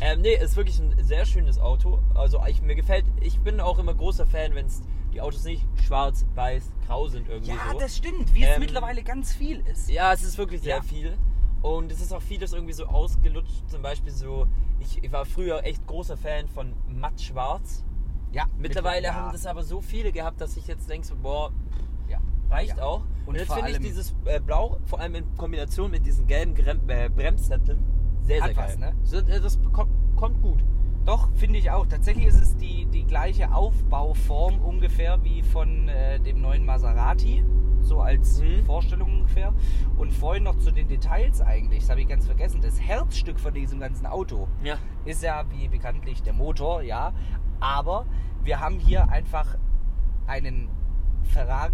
Speaker 1: Ähm, nee, ist wirklich ein sehr schönes Auto. Also, ich, mir gefällt, ich bin auch immer großer Fan, wenn die Autos nicht schwarz, weiß, grau sind irgendwie
Speaker 2: Ja,
Speaker 1: so.
Speaker 2: das stimmt, wie es
Speaker 1: Ähm,
Speaker 2: mittlerweile ganz viel ist.
Speaker 1: ja, es ist wirklich sehr
Speaker 2: Ja.
Speaker 1: viel. Und es ist auch vieles irgendwie so ausgelutscht. Zum Beispiel so, ich, ich war früher echt großer Fan von matt schwarz.
Speaker 2: Ja,
Speaker 1: Mittlerweile
Speaker 2: mittler- ja.
Speaker 1: haben das aber so viele gehabt, dass ich jetzt denke, so, boah,
Speaker 2: Ja.
Speaker 1: reicht
Speaker 2: Ja.
Speaker 1: auch. Und,
Speaker 2: Und
Speaker 1: jetzt
Speaker 2: vor
Speaker 1: finde ich
Speaker 2: allem-
Speaker 1: dieses äh, Blau, vor allem in Kombination mit diesen gelben Grem äh, Bremssätteln, sehr, sehr
Speaker 2: Hat was,
Speaker 1: geil.
Speaker 2: ne?
Speaker 1: So, äh, das kommt, kommt gut.
Speaker 2: Doch, finde ich auch. Tatsächlich ist es die, die gleiche Aufbauform ungefähr wie von äh, dem neuen Maserati. So als
Speaker 1: Mhm.
Speaker 2: Vorstellung ungefähr. Und vorhin noch zu den Details eigentlich. Das habe ich ganz vergessen. Das Herzstück von diesem ganzen Auto
Speaker 1: Ja.
Speaker 2: ist ja wie bekanntlich der Motor, ja. Aber wir haben hier einfach einen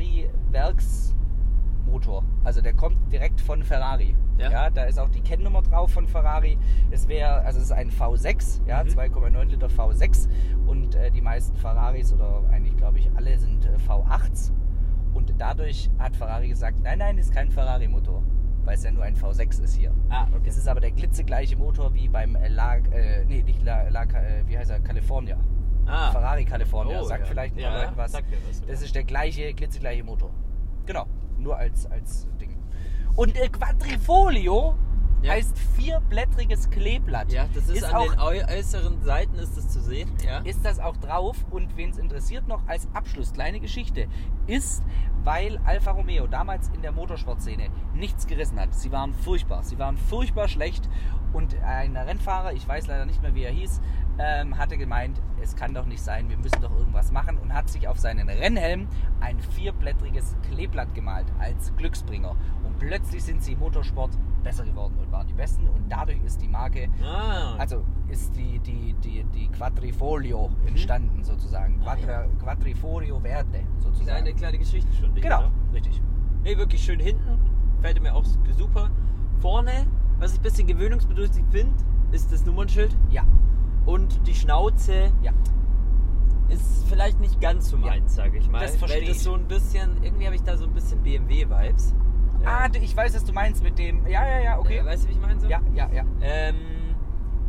Speaker 2: Ferrari-Werksmotor. Also der kommt direkt von Ferrari.
Speaker 1: Ja.
Speaker 2: da ist auch die Kennnummer drauf von Ferrari. Es wäre, also es ist ein V6, ja,
Speaker 1: Mhm.
Speaker 2: 2,9 Liter V6 und äh, die meisten Ferraris oder eigentlich glaube ich alle sind äh, V8s und dadurch hat Ferrari gesagt, nein, nein, ist kein Ferrari-Motor, weil es ja nur ein V6 ist hier.
Speaker 1: Ah, okay.
Speaker 2: Es ist aber der glitzegleiche Motor wie beim äh, La, äh, nee, nicht La, La, äh, wie heißt er, California.
Speaker 1: ah.
Speaker 2: Ferrari California, sagt
Speaker 1: ja.
Speaker 2: vielleicht ein paar
Speaker 1: ja,
Speaker 2: Leuten was.
Speaker 1: Sagt mir was
Speaker 2: Das ist der gleiche, glitzegleiche Motor. Genau, nur als, als Ding. Und äh, Quadrifolio
Speaker 1: Ja.
Speaker 2: heißt vierblättriges Kleeblatt.
Speaker 1: ja, das ist, an
Speaker 2: auch,
Speaker 1: den äu- äußeren Seiten ist das zu sehen. Ja.
Speaker 2: ist das auch drauf und wen es interessiert noch als Abschluss, kleine Geschichte, ist, weil Alfa Romeo damals in der Motorsportszene nichts gerissen hat. Sie waren furchtbar, sie waren furchtbar schlecht und ein Rennfahrer, ich weiß leider nicht mehr, wie er hieß, ähm, hatte gemeint, es kann doch nicht sein, wir müssen doch irgendwas machen und hat sich auf seinen Rennhelm ein vierblättriges Kleeblatt gemalt als Glücksbringer. Und plötzlich sind sie im Motorsport besser geworden und waren die Besten und dadurch ist die Marke
Speaker 1: ah,
Speaker 2: also ist die, die, die, die Quadrifolio entstanden sozusagen.
Speaker 1: Mhm. Ah,
Speaker 2: Quadra, Quadrifolio Verde sozusagen.
Speaker 1: kleine, kleine Geschichtsstunde. hier,
Speaker 2: genau,
Speaker 1: ne?
Speaker 2: richtig.
Speaker 1: Nee, wirklich schön hinten. Fällt mir auch super. Vorne, was ich ein bisschen gewöhnungsbedürftig finde, ist das Nummernschild
Speaker 2: Ja,
Speaker 1: und die Schnauze.
Speaker 2: ja.
Speaker 1: ist vielleicht nicht ganz so meins, sage ich mal.
Speaker 2: das versteh
Speaker 1: Weil das
Speaker 2: ich.
Speaker 1: so ein bisschen, irgendwie habe ich da so ein bisschen BMW-Vibes.
Speaker 2: Ah, du- ich weiß, was du meinst mit dem. Ja, ja, ja, okay.
Speaker 1: Ähm, Äh, weißt du, wie ich meine? So?
Speaker 2: ja, ja, ja.
Speaker 1: Ähm,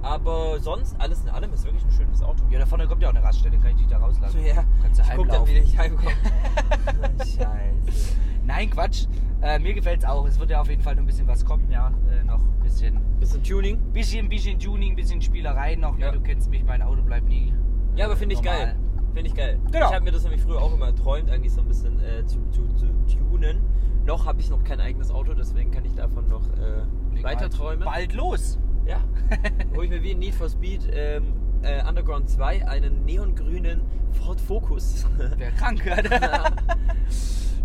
Speaker 1: aber sonst, alles in allem, ist wirklich ein schönes Auto.
Speaker 2: Ja, da vorne kommt ja auch eine Raststätte, kann ich dich da
Speaker 1: So,
Speaker 2: rauslassen.
Speaker 1: ja.
Speaker 2: Kannst du
Speaker 1: ich guck dann,
Speaker 2: heimlaufen.
Speaker 1: wie ich heimkomme. Scheiße.
Speaker 2: Nein, Quatsch. Äh, mir gefällt's auch. Es wird ja auf jeden Fall noch ein bisschen was kommen, ja. Äh, noch ein bisschen,
Speaker 1: Bisschen Tuning.
Speaker 2: bisschen, bisschen Tuning, bisschen Spielerei noch.
Speaker 1: Ja.
Speaker 2: Du kennst mich, mein Auto bleibt nie.
Speaker 1: Ja, aber finde ich
Speaker 2: normal.
Speaker 1: geil. Finde ich geil.
Speaker 2: Genau.
Speaker 1: Ich habe mir das nämlich früher auch immer erträumt, eigentlich so ein bisschen äh, zu, zu, zu tunen. Noch habe ich noch kein eigenes Auto, deswegen kann ich davon noch äh, weiter träumen.
Speaker 2: Bald los.
Speaker 1: Ja. Hol ich mir wie in Need for Speed ähm, äh, Underground 2 einen neongrünen Ford Focus.
Speaker 2: Wer krank hat.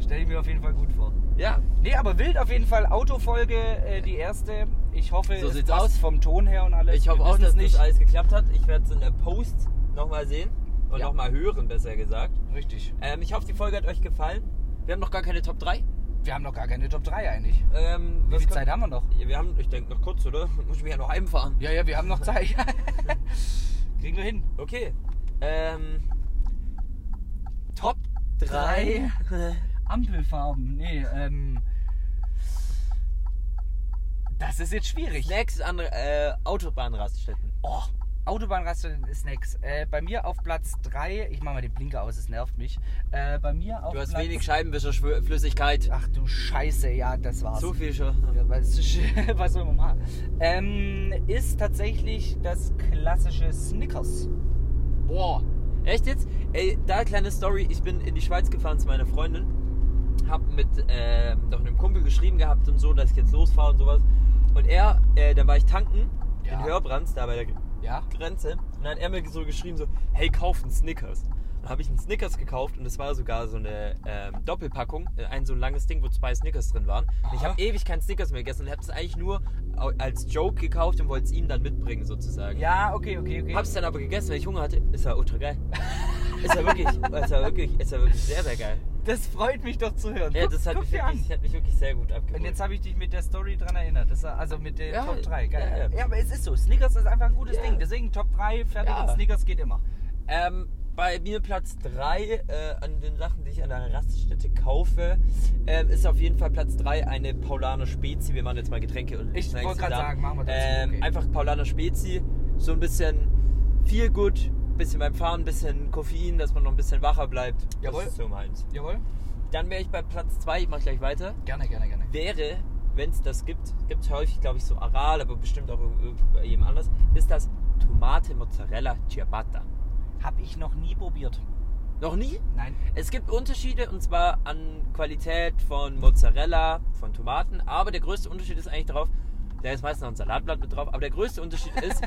Speaker 2: Stell ich mir auf jeden Fall gut vor.
Speaker 1: ja,
Speaker 2: Nee, aber wild auf jeden Fall. Autofolge, äh, die erste. Ich hoffe,
Speaker 1: So
Speaker 2: es
Speaker 1: sieht's
Speaker 2: passt
Speaker 1: aus.
Speaker 2: vom Ton her und alles.
Speaker 1: ich hoffe
Speaker 2: Wir
Speaker 1: auch,
Speaker 2: wissen's
Speaker 1: dass
Speaker 2: nicht.
Speaker 1: das alles geklappt hat. Ich werde es in der Post nochmal sehen und
Speaker 2: Ja.
Speaker 1: nochmal hören, besser gesagt.
Speaker 2: Richtig.
Speaker 1: Ähm, ich hoffe, die Folge hat euch gefallen. Wir haben noch gar keine Top 3.
Speaker 2: Wir haben noch gar keine Top 3 eigentlich.
Speaker 1: Ähm,
Speaker 2: Wie
Speaker 1: was
Speaker 2: viel
Speaker 1: kommt-
Speaker 2: Zeit haben wir noch?
Speaker 1: Ja, wir haben, ich denke, noch kurz, oder? Muss ich mich ja noch heimfahren.
Speaker 2: Ja, ja, wir haben noch Zeit. Kriegen wir hin.
Speaker 1: Okay. Ähm, Top
Speaker 2: Drei.
Speaker 1: 3.
Speaker 2: Ampelfarben. Nee, ähm. Das ist jetzt schwierig.
Speaker 1: Snacks an äh, Autobahnraststätten.
Speaker 2: Oh, Autobahnraststätten ist Snacks. Äh, bei mir auf Platz 3. Ich mach mal den Blinker aus, es nervt mich. Äh, bei mir auf
Speaker 1: Du hast
Speaker 2: Platz
Speaker 1: wenig Scheibenwischerflüssigkeit.
Speaker 2: Ach du Scheiße, ja, das war's.
Speaker 1: Zu viel schon.
Speaker 2: Ja, was, was soll man machen? Ähm, ist tatsächlich das klassische Snickers.
Speaker 1: Boah. Echt jetzt? Ey, da kleine Story. Ich bin in die Schweiz gefahren zu meiner Freundin. Hab mit ähm, noch einem Kumpel geschrieben gehabt und so, dass ich jetzt losfahre und sowas. Und er, äh, da war ich tanken
Speaker 2: Ja.
Speaker 1: in Hörbrands, da bei der
Speaker 2: Ja?
Speaker 1: Grenze. Und dann hat er mir so geschrieben so, hey, kauf einen Snickers. Dann habe ich einen Snickers gekauft und es war sogar so eine ähm, Doppelpackung, äh, ein so ein langes Ding, wo zwei Snickers drin waren. Und ich
Speaker 2: Aha.
Speaker 1: habe ewig keinen Snickers mehr gegessen und habe es eigentlich nur au- als Joke gekauft und wollte es ihm dann mitbringen sozusagen.
Speaker 2: Ja, okay, okay, okay.
Speaker 1: Hab's dann aber gegessen, weil ich Hunger hatte. Ist ja ultra geil. ist ja wirklich, ist ja wirklich, ist ja wirklich sehr, sehr geil.
Speaker 2: Das freut mich doch zu hören.
Speaker 1: Ja,
Speaker 2: Guck-
Speaker 1: das hat
Speaker 2: guck
Speaker 1: mich,
Speaker 2: dir an.
Speaker 1: wirklich, das hat mich wirklich sehr gut abgeholt.
Speaker 2: Und jetzt habe ich dich mit der Story dran erinnert. Das war also mit der
Speaker 1: Ja,
Speaker 2: Top 3.
Speaker 1: ja,
Speaker 2: Geil. Ja,
Speaker 1: ja.
Speaker 2: aber es ist so. Snickers ist einfach ein gutes
Speaker 1: Ja.
Speaker 2: Ding. Deswegen Top 3, fertig.
Speaker 1: Ja.
Speaker 2: Und Snickers geht immer.
Speaker 1: ähm, bei mir Platz 3 äh, an den Sachen, die ich an einer Raststätte kaufe, ähm, ist auf jeden Fall Platz 3 eine Paulaner Spezi. Wir machen jetzt mal Getränke und
Speaker 2: Ich
Speaker 1: Snacks
Speaker 2: wollte gerade
Speaker 1: zusammen.
Speaker 2: sagen, machen wir dazu,
Speaker 1: Ähm,
Speaker 2: okay.
Speaker 1: Einfach Paulaner Spezi, so ein bisschen viel gut, bisschen beim Fahren, bisschen Koffein, dass man noch ein bisschen wacher bleibt.
Speaker 2: Jawohl.
Speaker 1: Das ist so meins.
Speaker 2: Jawohl.
Speaker 1: Dann wäre ich bei Platz 2, ich mache gleich weiter.
Speaker 2: Gerne, gerne, gerne.
Speaker 1: wäre, wenn es das gibt, gibt es häufig, glaube ich, so Aral, aber bestimmt auch irgend- bei jedem anders, ist das Tomate Mozzarella Ciabatta.
Speaker 2: Hab ich noch nie probiert.
Speaker 1: Noch nie?
Speaker 2: Nein.
Speaker 1: Es gibt Unterschiede und zwar an Qualität von Mozzarella, von Tomaten, aber der größte Unterschied ist eigentlich drauf, da ist meistens noch ein Salatblatt mit drauf, aber der größte Unterschied ist,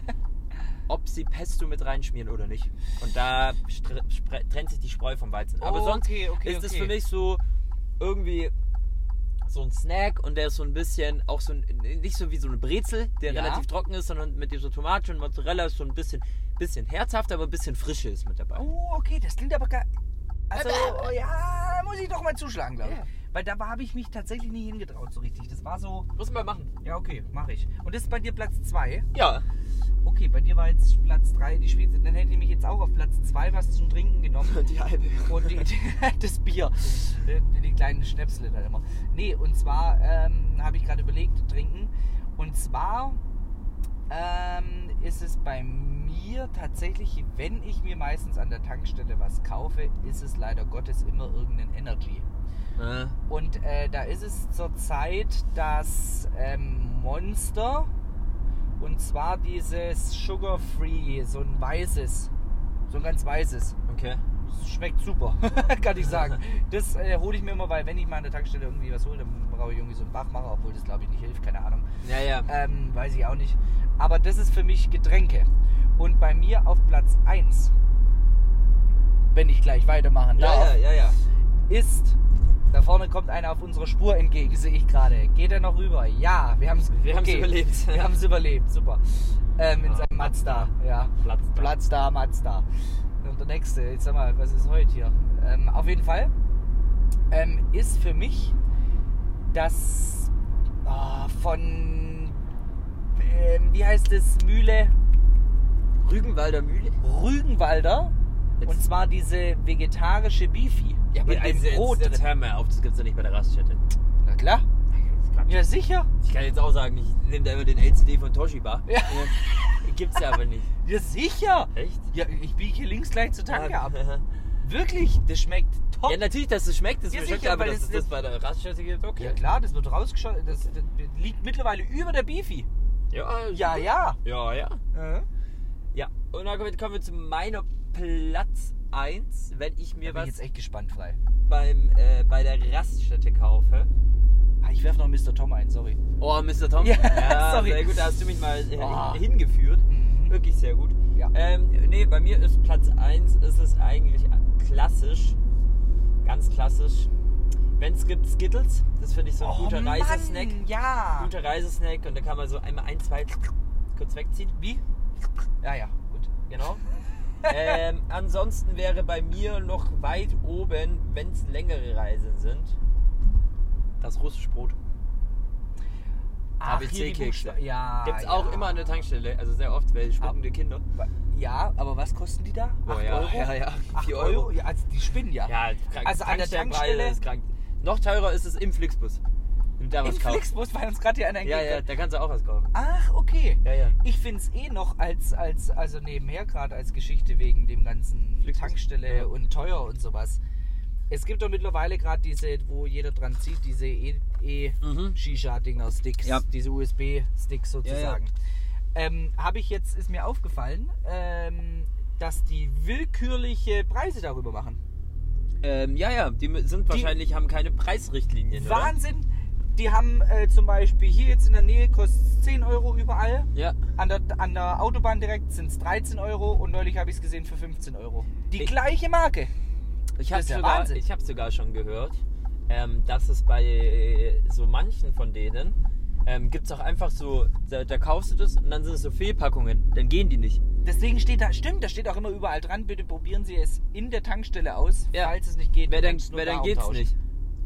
Speaker 1: ob sie Pesto mit reinschmieren oder nicht. Und da str- spre- trennt sich die Spreu vom Weizen. Aber
Speaker 2: Oh,
Speaker 1: sonst
Speaker 2: okay, okay,
Speaker 1: ist es
Speaker 2: okay.
Speaker 1: für mich so irgendwie so ein Snack und der ist so ein bisschen auch so ein, nicht so wie so eine Brezel, der
Speaker 2: Ja.
Speaker 1: relativ trocken ist, sondern mit dieser Tomate und Mozzarella ist so ein bisschen, bisschen herzhaft, aber ein bisschen Frische ist mit dabei.
Speaker 2: Oh, okay, das klingt aber gar. Also, oh, ja, muss ich doch mal zuschlagen, glaube ich.
Speaker 1: Äh, Ja.
Speaker 2: Weil da habe ich mich tatsächlich nie hingetraut, so richtig. Das war so,
Speaker 1: Muss man mal machen.
Speaker 2: ja, okay, mache ich. Und das ist bei dir Platz 2.
Speaker 1: Ja.
Speaker 2: Okay, bei dir war jetzt Platz 3 die Schweiz. Dann hätte ich mich jetzt auch auf Platz 2 was zum Trinken genommen.
Speaker 1: Die halbe.
Speaker 2: Und die, die, das Bier. Die, die kleinen Schnäpsle dann immer. Nee, und zwar ähm, habe ich gerade überlegt, trinken. Und zwar ähm, ist es bei mir tatsächlich, wenn ich mir meistens an der Tankstelle was kaufe, ist es leider Gottes immer irgendein Energy.
Speaker 1: Äh,
Speaker 2: Und äh, da ist es zurzeit das ähm, Monster. Und zwar dieses Sugar Free, so ein weißes. So ein ganz weißes.
Speaker 1: okay.
Speaker 2: Schmeckt super, kann ich sagen. Das äh, hole ich mir immer, weil wenn ich mal an der Tankstelle irgendwie was hole, dann brauche ich irgendwie so einen Bachmacher, obwohl das glaube ich nicht hilft, keine Ahnung.
Speaker 1: Ja, ja.
Speaker 2: Ähm, weiß ich auch nicht. Aber das ist für mich Getränke. Und bei mir auf Platz 1, wenn ich gleich weitermachen darf,
Speaker 1: Ja, ja, ja, ja.
Speaker 2: ist. Da vorne kommt einer auf unsere Spur entgegen, sehe ich gerade. Geht er noch rüber? Ja, wir haben es
Speaker 1: Wir haben's überlebt.
Speaker 2: Wir haben es überlebt, super. Ähm, in
Speaker 1: Ah,
Speaker 2: seinem Mazda, ja.
Speaker 1: Platz da.
Speaker 2: Platz da, Mazda. Und der nächste, jetzt sag mal, was ist heute hier? Ähm, auf jeden Fall ähm, ist für mich das ah, von, ähm, wie heißt es, Mühle
Speaker 1: Rügenwalder Mühle?
Speaker 2: Rügenwalder Und zwar diese vegetarische Beefy.
Speaker 1: ja, aber
Speaker 2: mit dem
Speaker 1: jetzt,
Speaker 2: Brot
Speaker 1: jetzt, jetzt
Speaker 2: drin.
Speaker 1: hör mal auf, das gibt's ja nicht bei der Raststätte.
Speaker 2: Na klar. Ja, sicher.
Speaker 1: Ich kann jetzt auch sagen, ich nehme da immer den LCD von Toshiba.
Speaker 2: Ja.
Speaker 1: Gibt's ja aber nicht.
Speaker 2: Ja, sicher.
Speaker 1: Echt?
Speaker 2: Ja, ich biege hier links gleich zur Tanke ab.
Speaker 1: Ja,
Speaker 2: Wirklich, das schmeckt top.
Speaker 1: natürlich, dass es schmeckt, das
Speaker 2: Ja,
Speaker 1: ist mir schon klar,
Speaker 2: sicher,
Speaker 1: aber
Speaker 2: weil
Speaker 1: dass
Speaker 2: es
Speaker 1: es das bei der Raststätte gibt, okay.
Speaker 2: Ja klar, das wird rausgeschossen. Das, das liegt mittlerweile über der Beefy.
Speaker 1: Ja,
Speaker 2: Ja, ja.
Speaker 1: Ja, ja. Ja, und damit kommen wir zu meiner Platz 1, wenn ich mir
Speaker 2: Da bin ich
Speaker 1: was
Speaker 2: jetzt echt gespannt frei.
Speaker 1: beim, äh, bei der Raststätte kaufe.
Speaker 2: Ah, ich werf noch Mr. Tom ein, sorry.
Speaker 1: Oh, Mr. Tom.
Speaker 2: Ja, sorry.
Speaker 1: Sehr gut, da hast du mich mal äh,
Speaker 2: Ah.
Speaker 1: hingeführt.
Speaker 2: Mhm.
Speaker 1: Wirklich sehr gut.
Speaker 2: Ja.
Speaker 1: Ähm, nee, bei mir ist Platz 1 ist es eigentlich klassisch. Ganz klassisch. Wenn es gibt Skittles, das finde ich so ein guter Reisesnack.
Speaker 2: Oh, Ja.
Speaker 1: Guter Reisesnack und da kann man so einmal ein, zwei kurz wegziehen.
Speaker 2: Wie? Ja, ja, gut.
Speaker 1: Genau. ähm, ansonsten wäre bei mir noch weit oben, wenn es längere Reisen sind, das russische Brot.
Speaker 2: Ach, hier die
Speaker 1: ABC-Kekse.
Speaker 2: Buchsta- Ja.
Speaker 1: Gibt es
Speaker 2: Ah, ja. Ah.
Speaker 1: auch immer an der Tankstelle, also sehr oft, weil spuckende Kinder.
Speaker 2: Ja, aber was kosten die da?
Speaker 1: Oh
Speaker 2: Acht
Speaker 1: ja,
Speaker 2: Euro?
Speaker 1: ja, ja.
Speaker 2: Acht
Speaker 1: Vier
Speaker 2: Euro?
Speaker 1: Euro.
Speaker 2: Ja, also die spinnen ja.
Speaker 1: Ja, krank.
Speaker 2: Also an der
Speaker 1: Tankstellenpreise
Speaker 2: Tankstelle-
Speaker 1: ist krank. Noch teurer ist es im Flixbus. Wenn du da
Speaker 2: Im
Speaker 1: was kaufst.
Speaker 2: Flixbus, weil uns gerade hier einer
Speaker 1: Ja, ja,
Speaker 2: entgegenkommt.
Speaker 1: da kannst du auch was kaufen.
Speaker 2: Ach, okay.
Speaker 1: Ja, ja.
Speaker 2: Ich finde es eh noch als, als, also nebenher gerade als Geschichte wegen dem ganzen
Speaker 1: Flixbus.
Speaker 2: Tankstelle
Speaker 1: Ja.
Speaker 2: und teuer und sowas. Es gibt doch mittlerweile gerade diese, wo jeder dran zieht, diese E,
Speaker 1: Mhm.
Speaker 2: E-Shisha-Dinger-Sticks,
Speaker 1: Ja.
Speaker 2: diese USB-Sticks sozusagen. Ähm, Habe ich jetzt, ist mir aufgefallen, ähm, dass die willkürliche Preise darüber machen.
Speaker 1: Ähm, ja, ja, die sind wahrscheinlich, haben keine Preisrichtlinien. Oder?
Speaker 2: Wahnsinn! Die haben äh, zum Beispiel hier jetzt in der Nähe kostet 10 Euro überall.
Speaker 1: Ja.
Speaker 2: An der, an der Autobahn direkt sind es 13 Euro und neulich habe ich es gesehen für 15 Euro. Die
Speaker 1: Ich-
Speaker 2: gleiche Marke.
Speaker 1: Ich
Speaker 2: Das
Speaker 1: habe
Speaker 2: ist ja
Speaker 1: sogar,
Speaker 2: Wahnsinn.
Speaker 1: ich hab sogar schon gehört, ähm, dass es bei äh, so manchen von denen ähm, gibt es auch einfach so, da, da kaufst du das und dann sind es so Fehlpackungen. Dann gehen die nicht.
Speaker 2: Deswegen steht da, stimmt, da steht auch immer überall dran, bitte probieren Sie es in der Tankstelle aus,
Speaker 1: Ja.
Speaker 2: falls es nicht geht.
Speaker 1: Wer
Speaker 2: wir
Speaker 1: dann,
Speaker 2: können's nur
Speaker 1: wer
Speaker 2: da
Speaker 1: dann geht's
Speaker 2: umtauschen.
Speaker 1: nicht.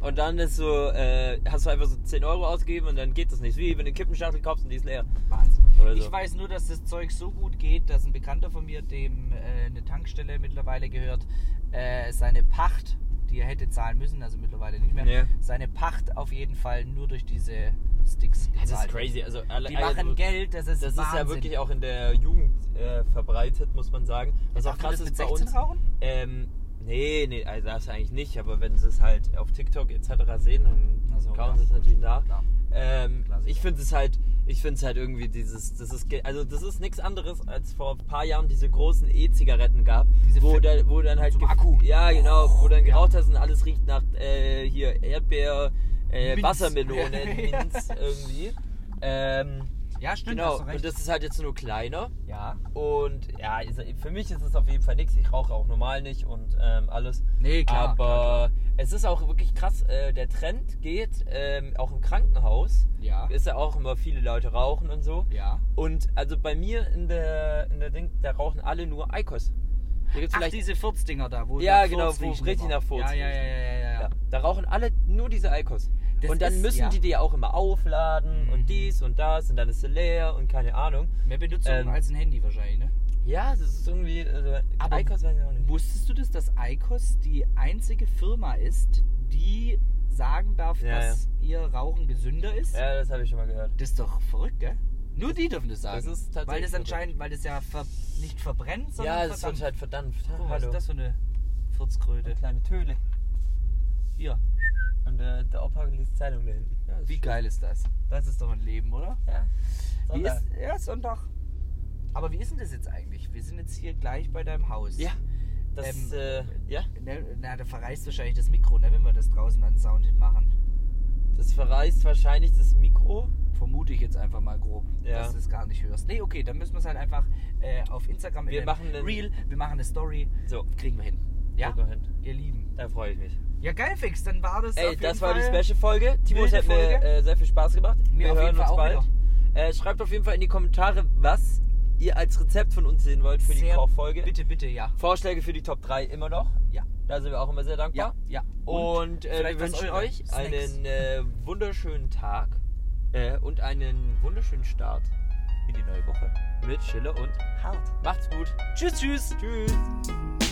Speaker 1: Und dann ist so, äh, hast du einfach so 10 Euro ausgegeben und dann geht das nicht. Wie wenn du eine Kippenschachtel kaufst und die ist leer.
Speaker 2: Wahnsinn.
Speaker 1: Oder so.
Speaker 2: Ich weiß nur, dass das Zeug so gut geht, dass ein Bekannter von mir, dem äh, eine Tankstelle mittlerweile gehört, äh, seine Pacht, die er hätte zahlen müssen, also mittlerweile nicht mehr,
Speaker 1: Ja.
Speaker 2: seine Pacht auf jeden Fall nur durch diese Sticks gezahlt.
Speaker 1: Das ist
Speaker 2: hat.
Speaker 1: crazy. Also, alle,
Speaker 2: Die
Speaker 1: alle-
Speaker 2: machen Geld, das ist
Speaker 1: Das ist
Speaker 2: Wahnsinn.
Speaker 1: ja wirklich auch in der Jugend äh, verbreitet, muss man sagen. Was auch
Speaker 2: Darf man
Speaker 1: krass
Speaker 2: das mit
Speaker 1: ist bei
Speaker 2: 16
Speaker 1: uns.
Speaker 2: rauchen?
Speaker 1: Ähm, nee, nee, also das eigentlich nicht, aber wenn sie es halt auf TikTok etc. sehen, dann
Speaker 2: Ach so,
Speaker 1: kauen
Speaker 2: ja,
Speaker 1: sie es
Speaker 2: gut,
Speaker 1: natürlich nach.
Speaker 2: klar.
Speaker 1: Ähm,
Speaker 2: Klar, sicher.
Speaker 1: ich finde es halt, ich finde es halt irgendwie dieses, das ist, ge- also das ist nichts anderes als vor ein paar Jahren diese großen E-Zigaretten gab,
Speaker 2: Diese
Speaker 1: wo,
Speaker 2: Fett-
Speaker 1: da, wo dann halt,
Speaker 2: zum
Speaker 1: gef-
Speaker 2: Akku. Oh,
Speaker 1: ja genau, wo dann
Speaker 2: Ja.
Speaker 1: geraucht hast und alles riecht nach äh, hier Erdbeer, äh,
Speaker 2: Minz.
Speaker 1: Wassermelone,
Speaker 2: Ja.
Speaker 1: Minz irgendwie. Ähm,
Speaker 2: Ja, stimmt,
Speaker 1: genau.
Speaker 2: hast du recht.
Speaker 1: Und das ist halt jetzt nur kleiner.
Speaker 2: ja.
Speaker 1: Und ja, ist- für mich ist es auf jeden Fall nichts. Ich rauche auch normal nicht und ähm, alles.
Speaker 2: Nee, klar,
Speaker 1: Aber
Speaker 2: klar,
Speaker 1: es ist auch wirklich krass. Äh, der Trend geht ähm, auch im Krankenhaus.
Speaker 2: Ja.
Speaker 1: Ist ja auch immer viele Leute rauchen und so.
Speaker 2: Ja.
Speaker 1: Und also bei mir in der, in der Ding, da rauchen alle nur Eikos. Da gibt's
Speaker 2: Ach,
Speaker 1: vielleicht.
Speaker 2: diese Furzdinger da, wo
Speaker 1: Ja,
Speaker 2: nach
Speaker 1: genau,
Speaker 2: Furz
Speaker 1: wo
Speaker 2: riechen
Speaker 1: richtig
Speaker 2: immer.
Speaker 1: nach Furz
Speaker 2: ja, ja, ja,
Speaker 1: riecht.
Speaker 2: ja, ja, ja.
Speaker 1: ja, da rauchen alle nur diese Eikos.
Speaker 2: Das
Speaker 1: Und dann
Speaker 2: ist-
Speaker 1: müssen
Speaker 2: ja.
Speaker 1: die die ja auch immer aufladen
Speaker 2: Mhm.
Speaker 1: und dies und das und dann ist sie leer und keine Ahnung.
Speaker 2: Mehr Benutzung
Speaker 1: Ähm,
Speaker 2: als ein Handy wahrscheinlich, ne?
Speaker 1: Ja, das ist irgendwie. Also,
Speaker 2: Aber
Speaker 1: Eikos weiß ich auch nicht.
Speaker 2: Wusstest du, dass das ICOS die einzige Firma ist, die sagen darf,
Speaker 1: Ja,
Speaker 2: dass ihr Rauchen gesünder ist?
Speaker 1: Ja, das habe ich schon mal gehört.
Speaker 2: Das ist doch verrückt, gell? Nur die dürfen das sagen.
Speaker 1: Das ist tatsächlich
Speaker 2: weil das
Speaker 1: verrückt.
Speaker 2: anscheinend, weil das ja ver nicht verbrennt, sondern
Speaker 1: Ja, das wird
Speaker 2: verdammt.
Speaker 1: halt verdampft.
Speaker 2: Guck mal, was
Speaker 1: Hallo.
Speaker 2: ist das für eine Furzkröte?
Speaker 1: Kleine Töle.
Speaker 2: Hier.
Speaker 1: Und äh, der Opa liest Zeitung da hinten. Ja,
Speaker 2: Wie geil ist das? Das ist doch ein Leben, oder?
Speaker 1: Ja.
Speaker 2: Wie
Speaker 1: Sonntag.
Speaker 2: ist, ja, Sonntag. Aber wie ist denn das jetzt eigentlich? Wir sind jetzt hier gleich bei deinem Haus.
Speaker 1: Ja. Das,
Speaker 2: Ähm,
Speaker 1: äh, ja,
Speaker 2: Ne, Na, da verreißt wahrscheinlich das Mikro, ne, wenn wir das draußen an den Sound hin machen.
Speaker 1: das verreißt wahrscheinlich das Mikro.
Speaker 2: Vermute ich jetzt einfach mal grob,
Speaker 1: Ja.
Speaker 2: dass du es gar nicht hörst. Nee, okay, dann müssen wir es halt einfach äh, auf Instagram
Speaker 1: Wir
Speaker 2: in einem
Speaker 1: machen einen-
Speaker 2: Reel, wir machen eine Story.
Speaker 1: So,
Speaker 2: Kriegen wir hin. Ja,
Speaker 1: guck mal hin.
Speaker 2: ihr Lieben.
Speaker 1: Da freue ich mich.
Speaker 2: Ja, geil, Fix, dann war das auf
Speaker 1: Ey,
Speaker 2: jeden
Speaker 1: das war
Speaker 2: Fall.
Speaker 1: die Special-Folge. Timo, es
Speaker 2: Wilde
Speaker 1: hat mir
Speaker 2: Folge.
Speaker 1: äh, sehr viel Spaß gemacht.
Speaker 2: Mir
Speaker 1: Wir
Speaker 2: auf
Speaker 1: hören
Speaker 2: jeden Fall
Speaker 1: uns
Speaker 2: auch
Speaker 1: bald. Äh, schreibt auf jeden Fall in die Kommentare, was ihr als Rezept von uns sehen wollt für die
Speaker 2: Sehr-
Speaker 1: Kochfolge.
Speaker 2: Bitte, bitte, ja.
Speaker 1: Vorschläge für die Top 3 immer noch.
Speaker 2: Ja.
Speaker 1: Da sind wir auch immer sehr dankbar.
Speaker 2: Ja, ja.
Speaker 1: Und äh,
Speaker 2: vielleicht
Speaker 1: wir
Speaker 2: was
Speaker 1: wünschen
Speaker 2: eure
Speaker 1: euch
Speaker 2: Snacks.
Speaker 1: einen äh, wunderschönen Tag äh, und einen wunderschönen Start in die neue Woche mit Schiller und Hart. Macht's gut. Tschüss, tschüss. Tschüss.